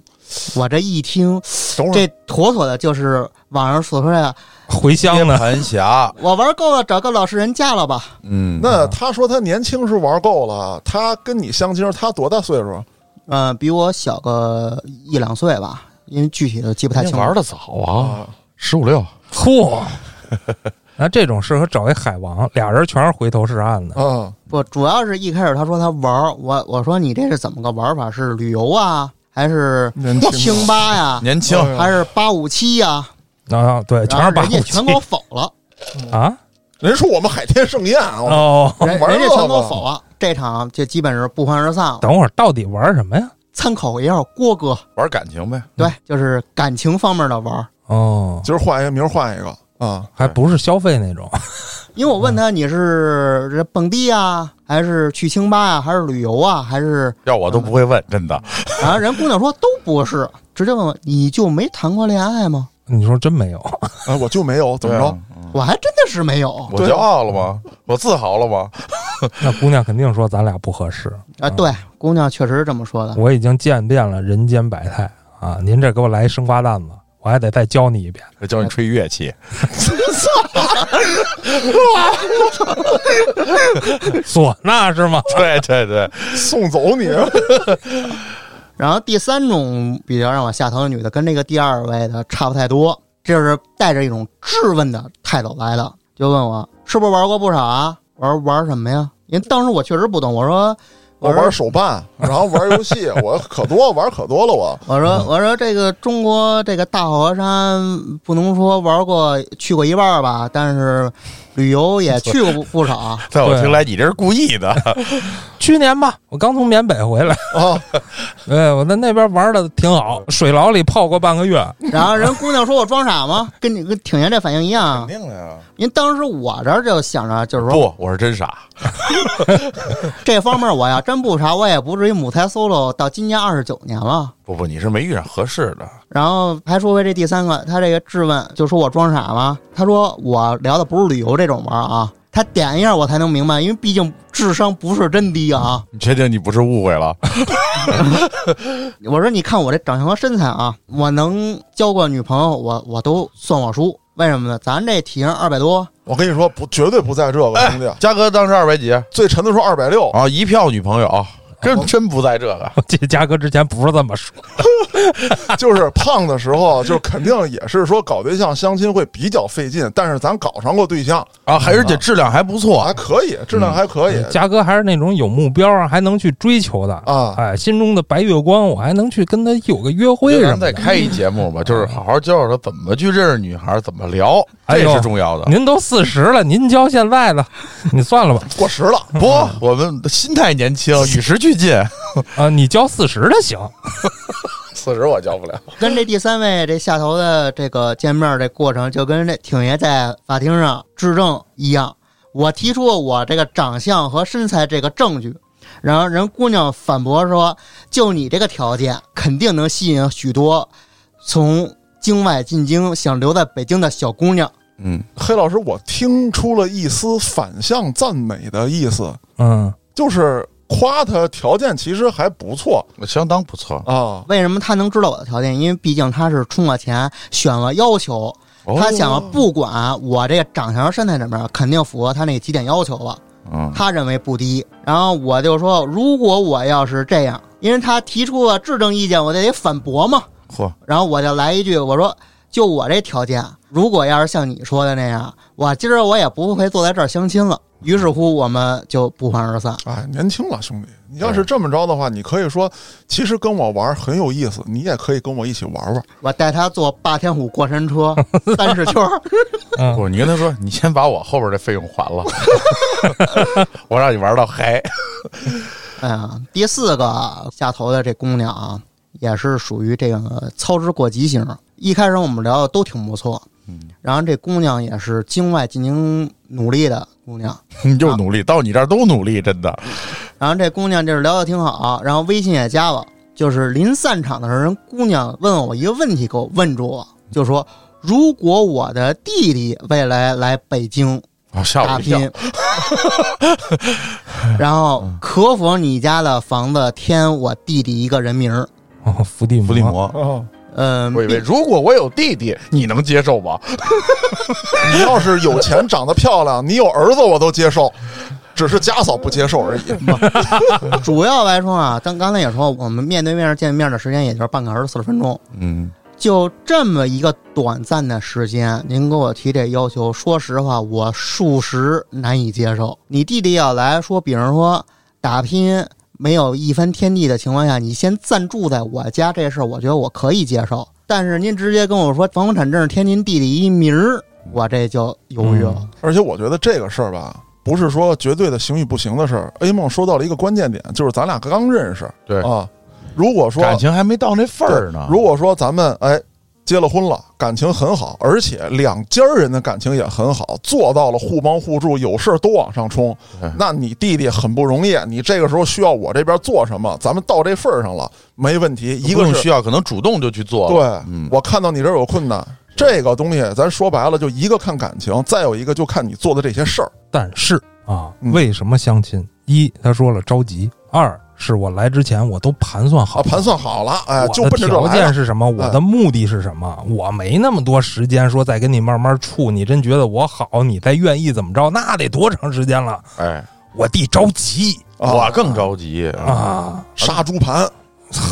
S1: 我这一听，
S2: 等会儿
S1: 这妥妥的就是网上所说的
S4: 回乡
S3: 键
S4: 呢，
S3: 盘侠，
S1: “我玩够了，找个老实人嫁了吧
S3: 嗯，
S2: 那他说他年轻时玩够了，他跟你相亲，他多大岁数？”。啊
S1: 嗯、比我小个一两岁吧，因为具体的记不太清了。
S3: 的早啊，十五六，
S4: 嚯！ 那这种适合找一海王，俩人全是回头是岸的。
S2: 啊，
S1: 不，主要是一开始他说他玩儿，我我说你这是怎么个玩法？是旅游啊，还是
S2: 年轻
S1: 清吧呀，
S3: 年轻，
S2: 哎呀
S1: 还是八五七呀？
S4: 啊，对，全
S1: 然后
S4: 是八
S1: 人家
S4: 五
S1: 全给我否了，
S4: 啊！
S2: 人说我们海天盛宴啊，我
S4: 哦，
S1: 人
S2: 玩
S1: 人家
S2: 乐
S1: 全给我
S2: 吧
S1: 否了，这场就基本是不欢而散了。
S4: 等会儿到底玩什么呀？
S1: 参考一下郭哥，
S3: 玩感情呗，
S1: 对，就是感情方面的玩儿。
S4: 哦，
S2: 今儿换一个，明儿换一个啊。
S4: 还不是消费那种。
S1: 因为我问他你是这蹦迪啊，还是去清吧啊，还是旅游啊，还是
S3: 要我都不会问，真的。
S1: 然后人姑娘说都不是，直接问我你就没谈过恋爱吗？
S4: 你说真没 有？
S2: 哎，我就没有，怎么
S3: 对
S2: 着
S3: 啊？？
S1: 我还真的是没有
S3: 我骄傲了吗？我自豪了吗？
S4: 那姑娘肯定说咱俩不合适。
S1: 啊。对，姑娘确实是这么说的。
S4: 我已经见遍了人间百态啊！您这给我来一生瓜蛋子，我还得再教你一 遍。
S3: 我教你吹乐器，
S4: 唢呐是吗？
S3: 对对对，
S2: 送走你，
S1: 然后第三种比较让我下头的女的，跟这个第二位的差不太多，这就是带着一种质问的态度来的，就问我是不是玩过不少啊？我说玩什么呀？因为当时我确实不懂，我说
S2: 我
S1: 说
S2: 玩手办，然后玩游戏，我可多玩可多了，我
S1: 我说我说这个中国这个大好河山不能说玩过去过一半儿吧，但是旅游也去过不 不少。
S3: 在我
S4: 对
S3: 听来，你这是故意的。
S4: 去年吧，我刚从缅北回来，
S2: 啊，
S4: 对我在那边玩的挺好，水牢里泡过半个月。
S1: 然后人姑娘说我装傻吗？跟你跟挺爷这反应一样。
S3: 定的呀！
S1: 因为当时我这儿就想着就是说
S3: 不，我是真傻。
S1: 这方面我要真不傻，我也不至于母胎 solo 到今年二十九年了。
S3: 不不，你是没遇上合适的。
S1: 然后还说回这第三个，他这个质问就说我装傻吗？他说我聊的不是旅游这种玩儿啊，他点一下我才能明白，因为毕竟智商不是真低啊。
S3: 你确定你不是误会了？
S1: 我说你看我这长相和身材啊，我能交过女朋友，我我都算我输。为什么呢？咱这体型二百多，
S2: 我跟你说不，绝对不在这个哎兄弟，
S3: 嘉哥当时二百几啊，
S2: 最沉的时候二百六，
S3: 一票女朋友，真真不在这个。
S4: 我记得嘉哥之前不是这么说，
S2: 就是胖的时候，就是肯定也是说搞对象相亲会比较费劲，但是咱搞上过对象，
S3: 啊，还而且质量还不错
S2: 还。可以，质量还可以。
S4: 嘉哥还是那种有目标啊，还能去追求的
S3: 嗯
S2: 啊
S4: 哎，心中的白月光，我还能去跟他有个约会
S3: 咱
S4: 什
S3: 们
S4: 么
S3: 再
S4: 的。
S3: 开一节目吧，就是好好教教他怎么去认识女孩，怎么聊，
S4: 哎
S3: 这
S4: 呦
S3: 是重要的。
S4: 您都四十了，您教现在的，你算了吧。
S2: 过时了，
S3: 不，我们心态年轻，与时俱进。
S4: 啊、你教四十的行，
S5: 四十我交不了。
S1: 跟这第三位这下头的这个见面这过程，就跟这挺爷在法庭上质证一样，我提出我这个长相和身材这个证据，然后人姑娘反驳说，就你这个条件，肯定能吸引许多从京外进京想留在北京的小姑娘。
S3: 嗯，
S2: 黑老师，我听出了一丝反向赞美的意思，
S4: 嗯，
S2: 就是夸他条件其实还不错
S3: 相当不错。
S2: 啊。
S1: 为什么他能知道我的条件？因为毕竟他是充了钱，选了要求，他想了不管我这个长相身材怎么样，肯定符合他那几点要求了。
S3: 嗯，
S1: 他认为不低。然后我就说，如果我要是这样，因为他提出了质证意见，我得反驳嘛。
S3: 嚯，
S1: 然后我就来一句，我说，就我这条件，如果要是像你说的那样，我今儿我也不会坐在这儿相亲了。于是乎，我们就不欢而散。
S2: 哎，年轻了，兄弟，你要是这么着的话，你可以说，其实跟我玩很有意思，你也可以跟我一起玩玩。
S1: 我带他坐霸天虎过山车三十圈儿，
S4: 嗯
S3: 不是你跟他说，你先把我后边的费用还了， 我让你玩到嗨。
S1: 哎呀，第四个下头的这姑娘啊，也是属于这个操之过急型。一开始我们聊的都挺不错，
S3: 嗯，
S1: 然后这姑娘也是京外进京努力的姑娘，
S3: 你就努力，到你这儿都努力，真的。
S1: 然后这姑娘就是聊的挺好，然后微信也加了。就是临散场的时候，人姑娘问我一个问题，给我问住我，就说如果我的弟弟未来来北京
S3: 啊，吓
S1: 打
S3: 我一跳！
S1: 拼， 然后可否你家的房子添我弟弟一个人名儿？
S4: 哦，伏地魔，
S3: 伏地，魔，
S2: 啊，
S1: 嗯，
S5: 我以为如果我有弟弟，你能接受吗？
S2: 你要是有钱，长得漂亮，你有儿子我都接受，只是家嫂不接 受而已。
S1: 主要来说啊，咱刚才也说，我们面对面见面的时间也就是半个小时四十分钟，
S3: 嗯，
S1: 就这么一个短暂的时间，您给我提这要求，说实话，我属实难以接受。你弟弟要来说，比如说打拼没有一番天地的情况下，你先暂住在我家这事儿，我觉得我可以接受。但是您直接跟我说房产证添您弟弟一名儿，我这就犹豫了。
S2: 而且我觉得这个事儿吧，不是说绝对的行与不行的事儿。A 梦说到了一个关键点，就是咱俩刚认识，
S3: 对
S2: 啊，如果说
S3: 感情还没到那份
S2: 对
S3: 儿呢。
S2: 如果说咱们哎结了婚了，感情很好，而且两家人的感情也很好，做到了互帮互助，有事儿都往上冲
S3: 对，
S2: 那你弟弟很不容易，你这个时候需要我这边做什么，咱们到这份儿上了，没问题。一
S3: 一
S2: 个
S3: 个
S2: 是
S3: 需要，可能主动就去做
S2: 对
S3: 了。，嗯
S2: 我看到你这儿有困难，这个东西咱说白了，就一个看感情，再有一个就看你做的这些事儿。
S4: 但是啊，
S2: 嗯
S4: 为什么相亲？一，他说了着急；二是我来之前我都盘算好
S2: 啊，
S4: 了，
S2: 盘算好了，哎，就
S4: 我的
S2: 奔着这
S4: 条
S2: 来
S4: 件
S2: 了。嗯
S4: 是什么？我的目的是什么？我没那么多时间说再跟你慢慢处。你真觉得我好，你再愿意怎么着？那得多长时间了？
S3: 哎，
S4: 我弟着急
S2: 啊
S3: 我更着急
S2: 嗯
S3: 啊！
S4: 啊！
S2: 杀猪盘，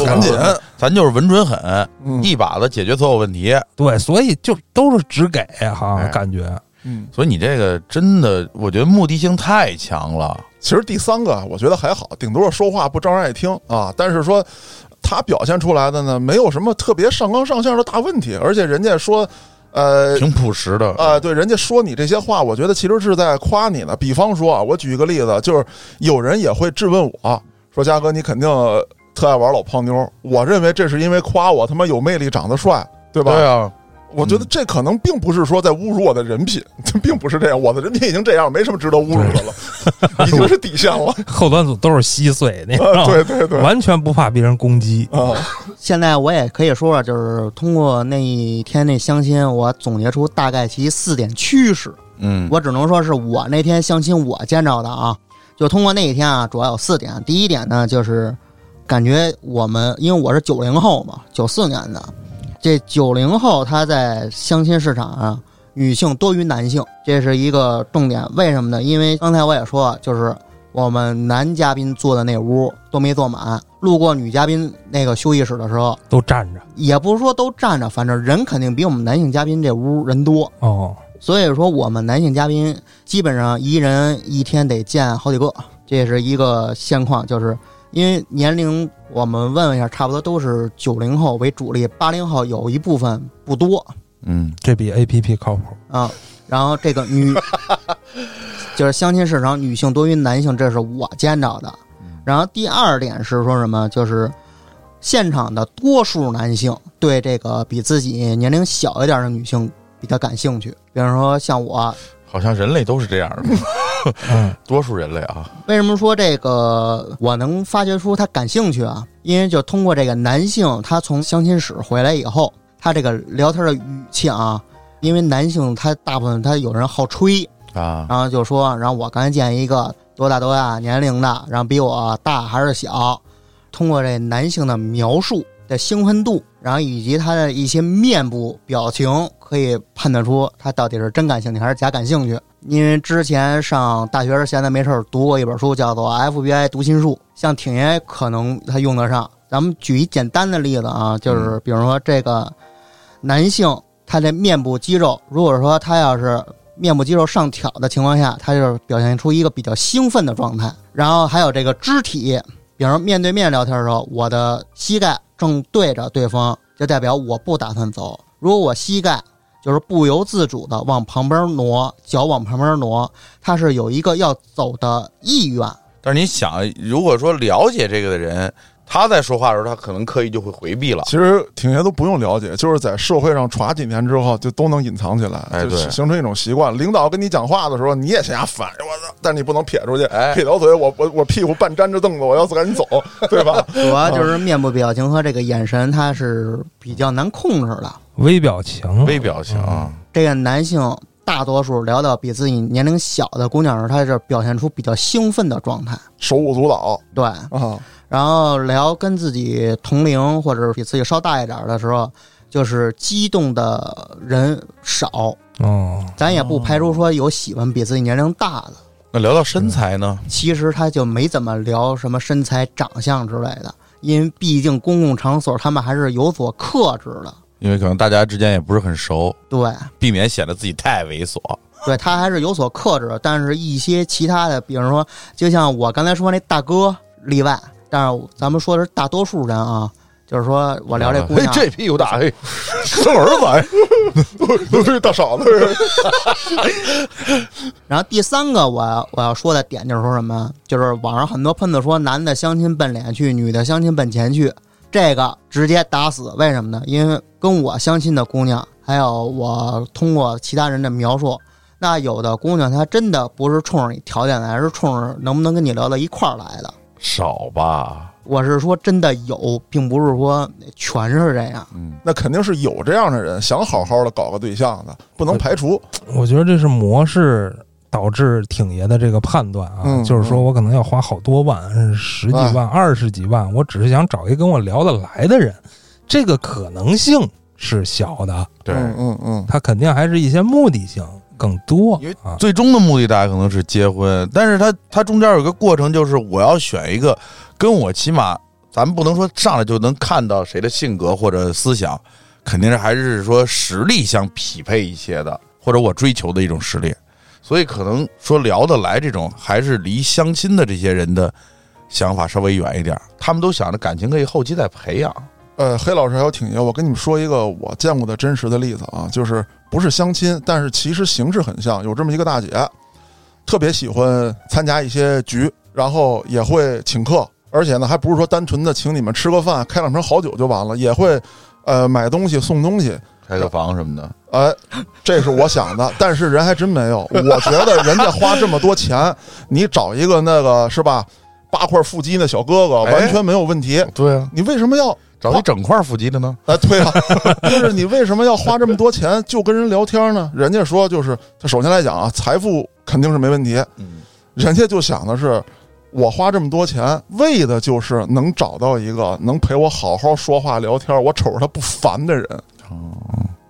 S2: 赶紧，
S3: 咱就是稳准狠，
S2: 嗯
S3: 一把子解决所有问题。
S4: 对，所以就都是只给哈、
S3: 哎
S4: 感觉啊
S2: 嗯。
S3: 所以你这个真的，我觉得目的性太强了。
S2: 其实第三个我觉得还好，顶多是说话不招人爱听啊，但是说他表现出来的呢，没有什么特别上纲上线的大问题，而且人家说，呃。
S3: 挺朴实的
S2: 啊、对，人家说你这些话，我觉得其实是在夸你呢。比方说啊，我举一个例子，就是有人也会质问我啊说：“嘉哥，你肯定呃特爱玩老泡妞。”我认为这是因为夸我他妈有魅力，长得帅，对吧？
S3: 对啊，
S2: 我觉得这可能并不是说在侮辱我的人品， 并不是这样。我的人品已经这样，没什么值得侮辱的了，已经是底线了。
S4: 后端组都是稀碎，你知道吗？
S2: 啊对对对，
S4: 完全不怕别人攻击。
S2: 啊，
S1: 现在我也可以说了，就是通过那一天那相亲，我总结出大概其四点趋势。
S3: 嗯，
S1: 我只能说是我那天相亲我见着的啊，就通过那一天啊，主要有四点。第一点呢，就是感觉我们因为我是九零后嘛，九四年的，这九零后他在相亲市场啊，女性多于男性，这是一个重点。为什么呢？因为刚才我也说了，就是我们男嘉宾坐的那屋都没坐满，路过女嘉宾那个休息室的时候，
S4: 都站着
S1: 也不是说都站着，反正人肯定比我们男性嘉宾这屋人多。
S4: 哦，
S1: 所以说，我们男性嘉宾基本上一人一天得见好几个，这是一个现况。就是因为年龄，我们问了一下，差不多都是九零后为主力，八零后有一部分不多
S3: 嗯，
S4: 这比 A P P 靠谱。
S1: 啊。然后这个女，就是相亲市场女性多于男性，这是我见着的。然后第二点是说什么？就是现场的多数男性对这个比自己年龄小一点的女性比较感兴趣，比方说像我。
S3: 好像人类都是这样的，
S4: 嗯，
S3: 多数人类啊，
S1: 为什么说这个我能发掘出他感兴趣啊？因为就通过这个男性，他从相亲室回来以后，他这个聊天的语气啊，因为男性他大部分他有人好吹，
S3: 啊，
S1: 然后就说，然后我刚才见一个多大多大年龄的，然后比我大还是小，通过这男性的描述的兴奋度，然后以及他的一些面部表情，可以判断出他到底是真感兴趣还是假感兴趣。因为之前上大学时闲的没事儿读过一本书，叫做《FBI 读心术》，像挺爷可能他用得上。咱们举一简单的例子啊，就是比如说这个男性他的面部肌肉，如果说他要是面部肌肉上挑的情况下，他就是表现出一个比较兴奋的状态。然后还有这个肢体，比如面对面聊天的时候，我的膝盖正对着对方，就代表我不打算走。如果我膝盖就是不由自主的往旁边挪，脚往旁边挪，它是有一个要走的意愿。
S3: 但是你想，如果说了解这个的人，他在说话的时候，他可能刻意就会回避了。
S2: 其实挺爷都不用了解，就是在社会上耍几年之后，就都能隐藏起来，
S3: 哎
S2: 就
S3: 对
S2: 形成一种习惯。领导跟你讲话的时候，你也想要反应，我操！但是你不能撇出去，
S3: 哎
S2: 撇条腿，我我我屁股半沾着凳子，我要赶紧走， 对吧？
S1: 主要就是面部表情和这个眼神，它是比较难控制的。
S4: 微表情，
S3: 微表情，
S1: 这个男性大多数聊到比自己年龄小的姑娘时，他是表现出比较兴奋的状态。
S2: 手舞足蹈
S1: 对，
S2: 啊，
S1: 然后聊跟自己同龄或者比自己稍大一点儿的时候，就是激动的人少。
S4: 哦，
S1: 咱也不排除说有喜欢比自己年龄大的，
S3: 那聊到身材呢？
S1: 其实他就没怎么聊什么身材、长相之类的，因为毕竟公共场所他们还是有所克制的。
S3: 因为可能大家之间也不是很熟，
S1: 对，
S3: 避免显得自己太猥琐。
S1: 对他还是有所克制的，但是一些其他的，比如说，就像我刚才说那大哥例外，但是咱们说的是大多数人啊，就是说我聊
S3: 啊
S1: 这姑
S5: 嘿
S1: 娘，，
S5: 这屁股大，嘿，
S3: 生儿子哎，
S2: 都是大 嫂子，
S1: 然后第三个我要我要说的点就是说什么，就是网上很多喷子说男的相亲奔脸去，女的相亲奔钱去，这个直接打死。为什么呢？因为跟我相亲的姑娘，还有我通过其他人的描述，那有的姑娘她真的不是冲着你条件来，而是冲着能不能跟你聊到一块儿来的。
S3: 少吧？
S1: 我是说真的有，并不是说全是这样。
S3: 嗯，
S2: 那肯定是有这样的人想好好的搞个对象的，不能排除。
S4: 我觉得这是模式导致挺爷的这个判断啊，
S2: 嗯啊
S4: 就是说我可能要花好多万，十几万、二十几万，我只是想找一个跟我聊得来的人，这个可能性是小的，
S3: 对，
S2: 嗯嗯嗯，
S4: 它肯定还是一些目的性更多
S3: 因为
S4: 啊。
S3: 最终的目的大家可能是结婚，但是他他中间有一个过程，就是我要选一个跟我起码，咱们不能说上来就能看到谁的性格或者思想，肯定是还是说实力相匹配一些的，或者我追求的一种实力。所以可能说聊得来这种，还是离相亲的这些人的想法稍微远一点儿，他们都想着感情可以后期再培养。
S2: 呃，黑老师还有挺爷，我跟你们说一个我见过的真实的例子啊，就是不是相亲，但是其实形式很像。有这么一个大姐，特别喜欢参加一些局，然后也会请客，而且呢，还不是说单纯的请你们吃个饭、开两瓶好酒就完了，也会呃买东西送东西。
S3: 开个房什么的，
S2: 哎，这是我想的，但是人还真没有。我觉得人家花这么多钱，你找一个那个是吧，八块腹肌那小哥哥
S3: 哎
S2: 完全没有问题。
S3: 对啊，
S2: 你为什么要
S3: 找一整块腹肌的呢？
S2: 啊，对啊，就是你为什么要花这么多钱就跟人聊天呢？人家说就是，他首先来讲啊，财富肯定是没问题，
S3: 嗯，
S2: 人家就想的是，我花这么多钱为的就是能找到一个能陪我好好说话聊天，我瞅着他不烦的人。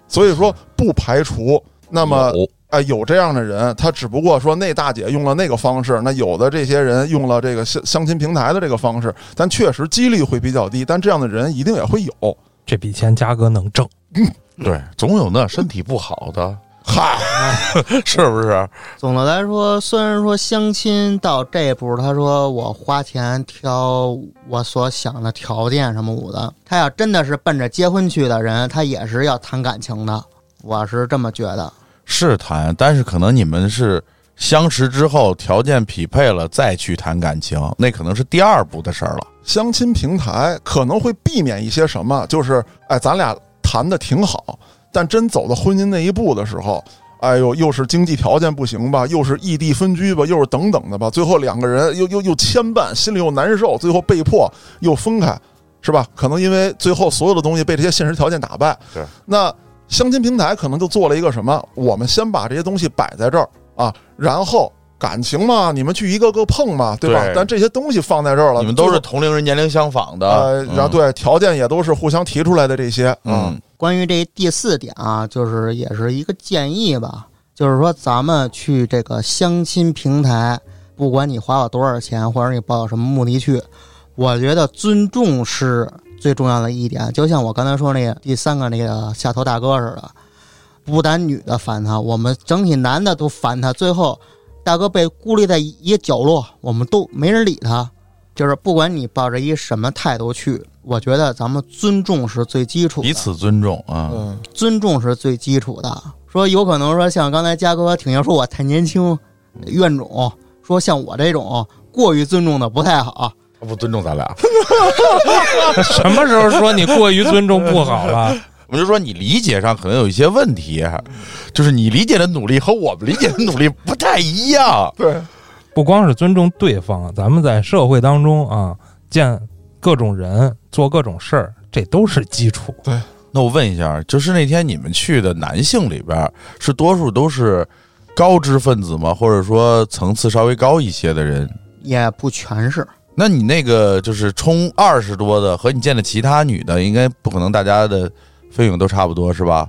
S2: 所以说不排除那
S3: 那
S2: 么哎，有这样的人，他只不过说那大姐用了那个方式，那有的这些人用了这个相相亲平台的这个方式，但确实几率会比较低，但这样的人一定也会有。
S4: 这笔钱嘉哥能挣，
S3: 对，总有那身体不好的，
S2: 嗨，
S3: 是不是？
S1: 总的来说，虽然说相亲到这一步，他说我花钱挑我所想的条件什么舞的，他要真的是奔着结婚去的人，他也是要谈感情的，我是这么觉得。
S3: 是谈，但是可能你们是相识之后条件匹配了再去谈感情，那可能是第二步的事儿了。
S2: 相亲平台可能会避免一些什么，就是哎，咱俩谈的挺好，但真走到婚姻那一步的时候，哎呦，又是经济条件不行吧，又是异地分居吧，又是等等的吧，最后两个人又又又牵绊，心里又难受，最后被迫又分开，是吧？可能因为最后所有的东西被这些现实条件打败。
S5: 对，
S2: 那相亲平台可能就做了一个什么？我们先把这些东西摆在这儿啊，然后。感情嘛，你们去一个个碰嘛，对吧？
S5: 对
S2: 但这些东西放在这儿了，
S3: 你们都
S2: 呃最
S3: 是
S2: 后
S3: 同龄人，年龄相仿的，
S2: 呃，然后
S3: 嗯，
S2: 对条件也都是互相提出来的这些，
S3: 嗯，
S1: 关于这第四点啊，就是也是一个建议吧，就是说咱们去这个相亲平台，不管你花了多少钱，或者你抱有什么目的去，我觉得尊重是最重要的一点。就像我刚才说那个第三个那个下头大哥似的，不单女的烦他，我们整体男的都烦他，最后大哥被孤立在一个角落，我们都没人理他。就是不管你抱着一什么态度去，我觉得咱们尊重是最基础的，
S3: 彼此尊重啊。
S2: 嗯，。
S1: 尊重是最基础的。说有可能说像刚才嘉哥挺爷说我太年轻，怨种说像我这种过于尊重的不太好。
S5: 不尊重咱俩，
S4: 什么时候说你过于尊重不好了？
S3: 我就说你理解上可能有一些问题，就是你理解的努力和我们理解的努力不太一样
S2: 对，
S4: 不光是尊重对方，咱们在社会当中啊，见各种人，做各种事儿，这都是基础。
S3: 那我问一下，就是那天你们去的男性里边，是多数都是高知分子吗？或者说层次稍微高一些的人？
S1: 也不全是，
S3: 那你那个就是冲二十多的和你见的其他女的，应该不可能大家的费用都差不多是吧？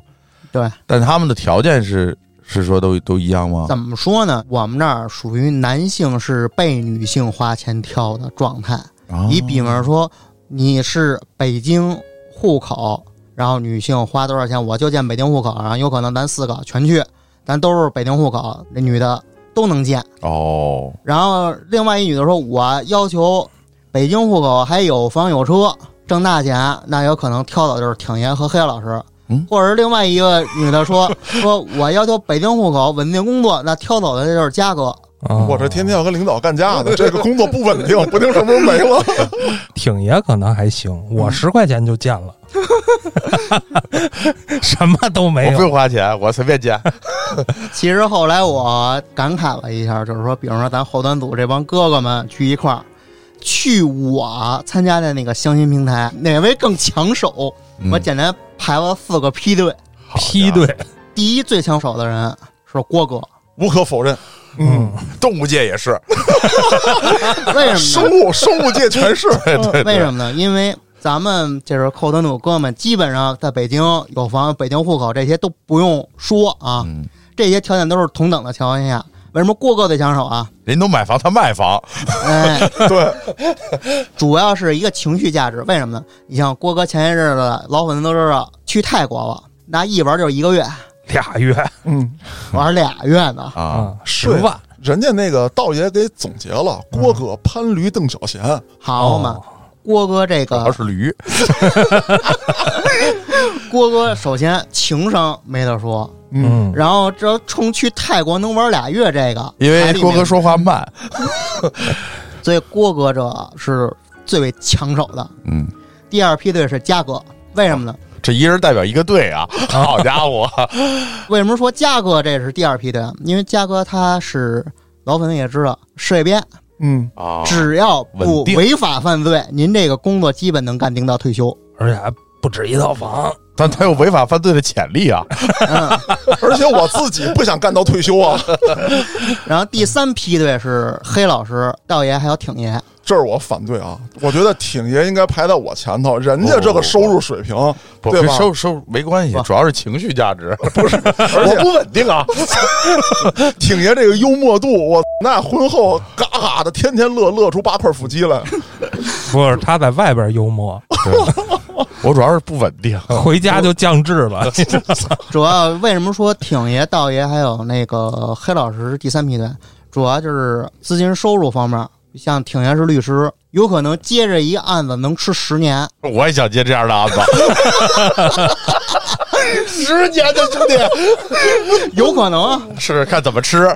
S1: 对，
S3: 但他们的条件是是说都都一样吗？
S1: 怎么说呢？我们这儿属于男性是被女性花钱挑的状态。
S3: 啊
S1: 你比方说你是北京户口，然后女性花多少钱，我就见北京户口，然后有可能咱四个全去，咱都是北京户口，那女的都能见。
S3: 哦，
S1: 然后另外一女的说：“我要求北京户口，还有房有车，挣大钱。”那有可能挑的就是挺爷和黑老师。
S3: 嗯
S1: 或者是另外一个女的说 说，我要求北京户口，稳定工作，那挑走的就是嘉哥。
S4: 啊，
S2: 我这天天要跟领导干架呢，这个工作不稳定，不定什么时候没 了。
S4: 挺爷可能还行，
S3: 嗯
S4: 我十块钱就见了， 什么都没
S3: 我不
S4: 有。
S3: 用花钱，我随便 见。
S1: 其实后来我感慨了一下，就是说，比如说咱后端组这帮哥哥们聚一块儿，去我参加的那个相亲平台，哪位更抢手？
S3: 嗯
S1: 我简单排了四个梯队，
S4: 批对，
S1: 第一最抢手的人是郭 哥，
S2: 无可否认，
S4: 嗯，
S3: 动物界也是，
S1: 为什
S2: 生
S1: 么呢？
S2: 物生物界 全是，
S1: 为什么呢？因为咱们就是寇德努哥们，基本上在北京有房、北京户口这些都不用说啊，
S3: 嗯，
S1: 这些条件都是同等的条件下。为什么郭哥最抢手 啊？
S3: 人都买房，他卖房，
S1: 哎，
S2: 对，
S1: 主要是一个情绪价值。为什么呢？你像郭哥前些日子，老粉丝都知道去泰国了，那一玩就是一 个月，
S4: 俩月
S2: 嗯，
S1: 玩俩月呢。
S3: 啊，
S4: 啊，十万，
S2: 人家那个道爷给总结了，郭哥、潘驴、邓小闲，
S1: 好嘛，
S3: 哦
S1: 郭哥这
S3: 主要
S1: 个
S3: 是驴，
S1: 郭哥，首先情商没得说，
S4: 嗯，
S1: 然后这冲去泰国能玩俩月，这个
S3: 因
S1: 海
S3: 为
S1: 里
S3: 郭哥
S1: 面
S3: 说话慢，
S1: 所以郭哥这是最为抢手的。
S3: 嗯，
S1: 第二批队是嘉哥，为什么呢？
S3: 这一人代表一个队啊，好家伙，
S1: 为什么说嘉哥这是第二批队啊？因为嘉哥他是老粉也知道，事业编，
S2: 嗯，
S5: 啊
S1: 只要不
S3: 哦稳定
S1: 违法犯罪，您这个工作基本能干定到退休。
S4: 而且还不止一套房，
S3: 但他有违法犯罪的潜力啊，
S1: 嗯，
S2: 而且我自己不想干到退休啊，
S1: 然后第三批队是黑老师、道爷还有挺爷。
S2: 这儿我反对啊，我觉得挺爷应该排在我前头，人家这个收入水平，
S3: 不
S2: 对
S3: 跟
S2: 吧？
S3: 收收没关系
S1: 不，
S3: 主要是情绪价 值，
S2: 而且
S5: 我不稳定啊，
S2: 挺爷这个幽默度，我那婚后嘎嘎的，天天乐乐出八块腹肌来。
S4: 不是他在外边 幽默，
S3: 我主要是不稳定，
S4: 回家就降智了。
S1: 主要为什么说挺爷、道爷还有那个黑老师是第三批队？主要就是资金收入方面，像挺爷是律师，有可能接着一案子能吃十年。
S3: 我也想接这样的案子，
S5: 十年的兄弟，
S1: 有可能啊。
S3: 试试看怎么吃。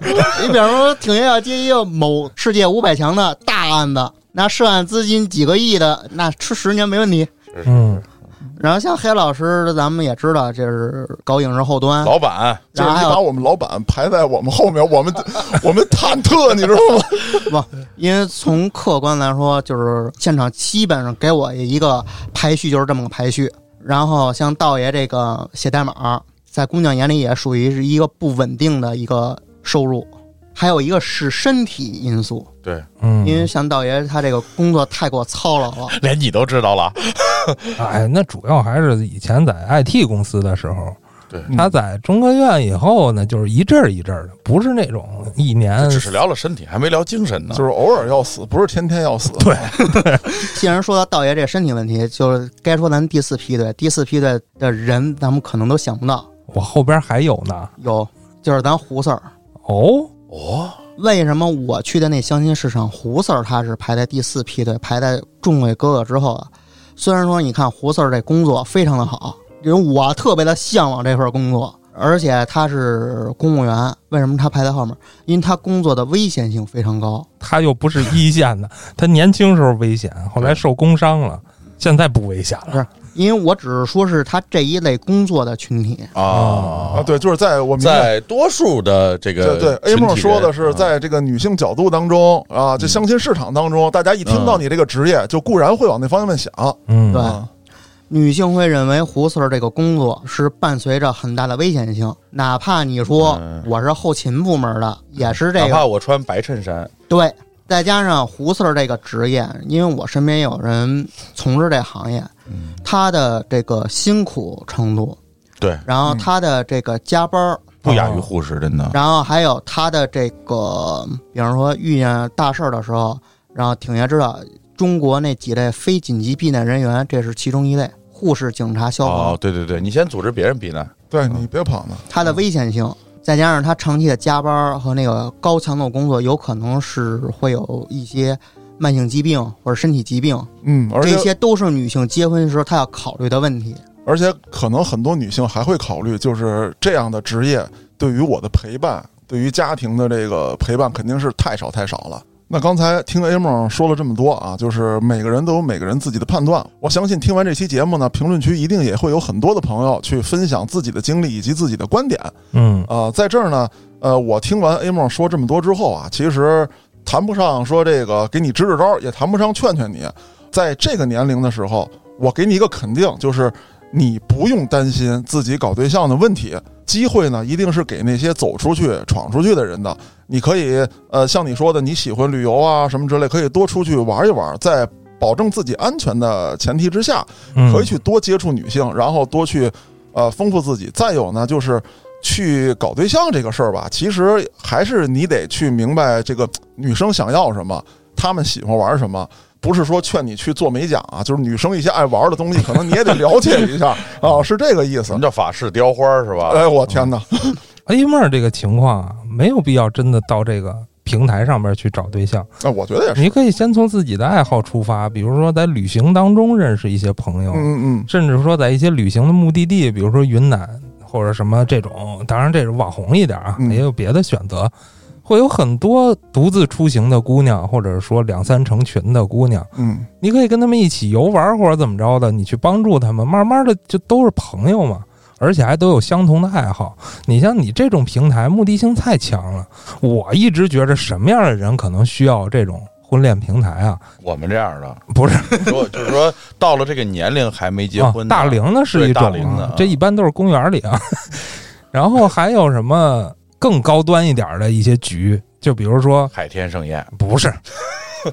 S1: 你比方说，挺爷要接一个某世界五百强的大案子，那涉案资金几个亿的，那吃十年没问题。
S4: 嗯，
S1: 然后像黑老师，咱们也知道这是搞影视后端，
S3: 老板，
S2: 就是
S1: 然后
S2: 你
S1: 还
S2: 把
S1: 有
S2: 我们老板排在我们后面，我们 我们忐忑，你知道吗？
S1: 不，因为从客观来说，就是现场基本上给我一个排序就是这么个排序。然后像道爷这个写代码，在姑娘眼里也属于是一个不稳定的一个收入，还有一个是身体因素，
S4: 嗯，
S1: 因为像道爷他这个工作太过操劳了。
S3: 连你都知道了，
S4: 哎，那主要还是以前在 IT 公司的时候，
S3: 对
S4: 他在中科院以后呢，就是一阵儿一阵儿的，不是那种一年
S3: 只是聊了身体，还没聊精神呢。
S2: 就是偶尔要死，不是天天 要死。啊
S4: 对
S1: 既然说到道爷这身体问题，就是该说咱第四梯队，第四梯队的人咱们可能都想不到，
S4: 我后边还有呢。
S1: 有就是咱胡四儿。
S4: 哦，
S3: 哦，
S1: 为什么我去的那相亲市场，胡四儿他是排在第四梯队，排在众位哥哥之后啊。虽然说你看胡四儿这工作非常的好，因为我特别的向往这份工作，而且他是公务员，为什么他排在后面？因为他工作的危险性非常高。
S4: 他又不是一线的，他年轻时候危险，后来受工伤了，现在不危险了。
S1: 因为我只是说是他这一类工作的群体，
S2: 啊，
S3: 啊，
S2: 对，就是在我明白
S3: 在多数的这
S2: 对
S3: 个
S2: 对，A
S3: 群体啊
S2: 梦说的
S3: 人
S2: 是，在这个女性角度当中啊，这相亲市场当中，大家一听到你这个职业，就固然会往那方面想。
S4: 嗯，
S1: 对
S2: 啊，
S1: 女性会认为胡四儿这个工作是伴随着很大的危险性，哪怕你说
S3: 嗯
S1: 我是后勤部门的，也是这
S3: 哪
S1: 个
S3: 怕我穿白衬衫，
S1: 对，再加上胡四儿这个职业，因为我身边有人从事这行业，
S3: 嗯
S1: 他的这个辛苦程度，
S3: 对，
S1: 然后他的这个加班儿，
S3: 不亚于护士，真的。
S1: 然后还有他的这个，比方说遇见大事儿的时候，然后挺爷知道中国那几类非紧急避难人员，这是其中一类，护士、警察、消防，
S3: 哦，对对对，你先组织别人避难，
S2: 对你别跑了，
S1: 它的危险性，再加上他长期的加班儿和那个高强度工作，有可能是会有一些慢性疾病或者身体疾病，
S2: 嗯，而
S1: 这
S2: 且
S1: 些都是女性结婚的时候她要考虑的问题。
S2: 而且可能很多女性还会考虑，就是这样的职业对于我的陪伴，对于家庭的这个陪伴肯定是太少太少了。那刚才听 A 梦说了这么多啊，就是每个人都有每个人自己的判断。我相信听完这期节目呢，评论区一定也会有很多的朋友去分享自己的经历以及自己的观点。
S4: 嗯，
S2: 呃，在这儿呢，呃，我听完 A 梦说这么多之后啊，其实谈不上说这个给你支支招儿，也谈不上劝劝你。啊在这个年龄的时候，我给你一个肯定，就是你不用担心自己搞对象的问题。机会呢，一定是给那些走出去、闯出去的人的。你可以，呃，像你说的，你喜欢旅游啊什么之类，可以多出去玩一玩，在保证自己安全的前提之下，
S4: 嗯
S2: 可以去多接触女性，然后多去呃丰富自己。再有呢，就是去搞对象这个事儿吧，其实还是你得去明白这个女生想要什么，她们喜欢玩什么。不是说劝你去做美甲啊，就是女生一些爱玩的东西，可能你也得了解一下啊，是这个意
S3: 什
S2: 思
S3: 么。叫法式雕花是吧？
S4: 呃
S2: 哎，我天哪！
S4: A 妹儿这个情况啊，没有必要真的到这个平台上面去找对象，
S2: 那、哎我觉得也是，
S4: 你可以先从自己的爱好出发，比如说在旅行当中认识一些朋友，啊
S2: 嗯嗯
S4: 甚至说在一些旅行的目的地，比如说云南或者什么这种，当然这是网红一点啊，
S2: 嗯
S4: 也有别的选择。会有很多独自出行的姑娘，或者说两三成群的姑娘，
S2: 嗯
S4: 你可以跟她们一起游玩或者怎么着的，你去帮助她们，慢慢的就都是朋友嘛，而且还都有相同的爱好。你像你这种平台，目的性太强了。我一直觉着什么样的人可能需要这种婚恋平台啊？
S3: 我们这样的，
S4: 不是
S3: 说就是说到了这个年龄还没结婚的，
S4: 啊、大龄的是
S3: 对
S4: 一种
S3: 大
S4: 啊、
S3: 龄的啊
S4: 这一般都是公园里啊。 然后还有什么更高端一点的一些局，就比如说
S3: 海天盛宴，
S4: 不是，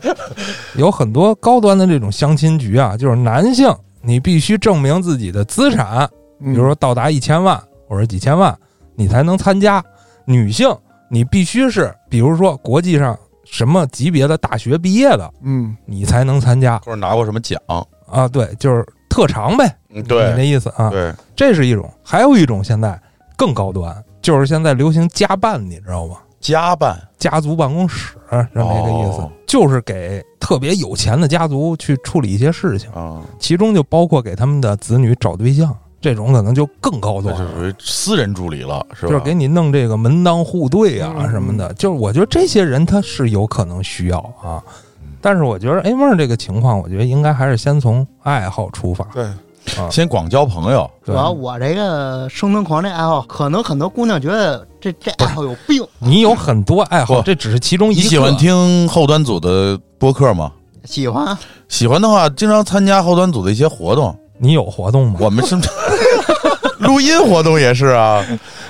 S4: 有很多高端的这种相亲局啊，就是男性你必须证明自己的资产，比
S2: 嗯，
S4: 如说到达一千万或者几千万，你才能参加；女性你必须是，比如说国际上什么级别的大学毕业的，
S2: 嗯
S4: 你才能参加
S3: 或者拿过什么奖，
S4: 啊。对，就是特长呗，
S3: 嗯
S4: 你那
S3: 对
S4: 意思啊。
S3: 对，
S4: 这是一种，还有一种现在更高端，就是现在流行家办，你知道吗？
S3: 家办
S4: 家族办公室这么一个意思，
S3: 哦
S4: 就是给特别有钱的家族去处理一些事情，
S3: 啊，
S4: 其中就包括给他们的子女找对象。这种可能就更高
S3: 那
S4: 端
S3: 是
S4: 了。
S3: 啊属于私人助理了，是吧？
S4: 就是给你弄这个门当户对
S3: 嗯
S4: 啊什么的，就是我觉得这些人他是有可能需要啊，
S3: 嗯
S4: 但是我觉得哎 A 梦这个情况，我觉得应该还是先从爱好出发。
S2: 对，
S3: 先广交朋友，
S1: 主
S4: 对，
S1: 要我这个生存狂这爱好，可能很多姑娘觉得这这爱好有病，
S4: 你有很多爱好，
S3: 不
S4: 这只是其中一
S3: 你
S4: 个。
S3: 喜欢听后端组的播客吗？
S1: 喜欢
S3: 喜欢的话，经常参加后端组的一些活动。
S4: 你有活动吗？
S3: 我们身边录音活动也是啊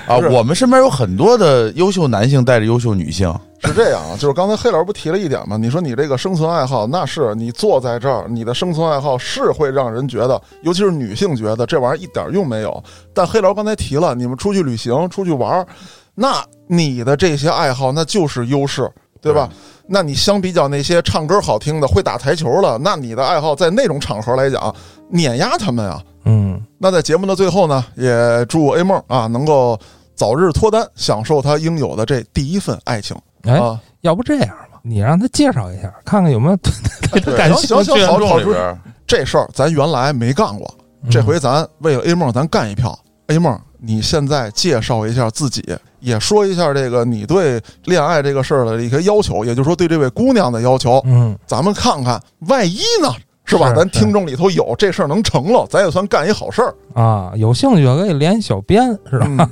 S3: 啊，
S2: 不是
S3: 我们身边有很多的优秀男性带着优秀女性，
S2: 是这样啊，就是刚才黑老师不提了一点吗？你说你这个生存爱好，那是你坐在这儿，你的生存爱好是会让人觉得，尤其是女性觉得这玩意儿一点用没有。但黑老师刚才提了，你们出去旅行、出去玩儿，那你的这些爱好那就是优势，对吧？那你相比较那些唱歌好听的、会打台球了，那你的爱好在那种场合来讲，碾压他们啊。
S4: 嗯，
S2: 那在节目的最后呢，也祝 A 梦啊能够早日脱单，享受他应有的这第一份爱情
S4: 哎，
S2: 啊。
S4: 要不这样吧，你让他介绍一下，看看有没有对他
S2: 对
S4: 感
S2: 行
S4: 兴
S2: 行
S4: 趣
S2: 行。
S3: 观
S2: 好
S3: 众
S2: 好
S3: 里边
S2: 这事儿咱原来没干过，
S4: 嗯
S2: 这回咱为了 A 梦，咱干一票。A 梦，你现在介绍一下自己，也说一下这个你对恋爱这个事儿的一个要求，也就是说对这位姑娘的要求，
S4: 嗯，
S2: 咱们看看，万一呢，是吧？
S4: 是
S2: 咱听众里头有这事儿能成了，咱也算干一好事儿。
S4: 啊，有兴趣可以联系小编，是
S2: 嗯
S4: 吧？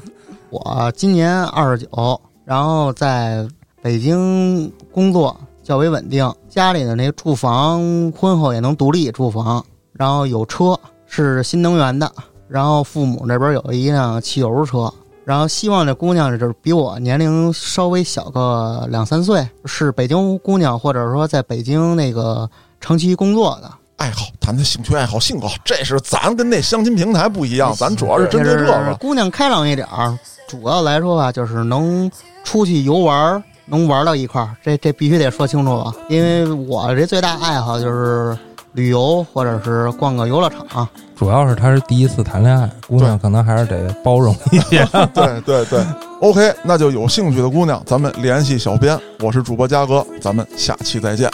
S1: 我今年二十九，然后在北京工作较为稳定，家里的那住房婚后也能独立住房，然后有车是新能源的，然后父母那边有一辆汽油车，然后希望这姑娘就是比我年龄稍微小个两三岁，是北京姑娘或者说在北京那个长期工作的，
S2: 爱好，谈谈兴趣爱好、性格，这是咱跟那相亲平台不一样，咱主要是针对这
S1: 就是
S2: 个。
S1: 姑娘开朗一点儿，主要来说吧，就是能出去游玩儿，能玩到一块儿，这这必须得说清楚啊。因为我这最大爱好就是旅游，或者是逛个游乐场。啊
S4: 主要是他是第一次谈恋爱，姑娘可能还是得包容一些。
S2: 对对对，OK，那就有兴趣的姑娘，咱们联系小编。我是主播嘉哥，咱们下期再见。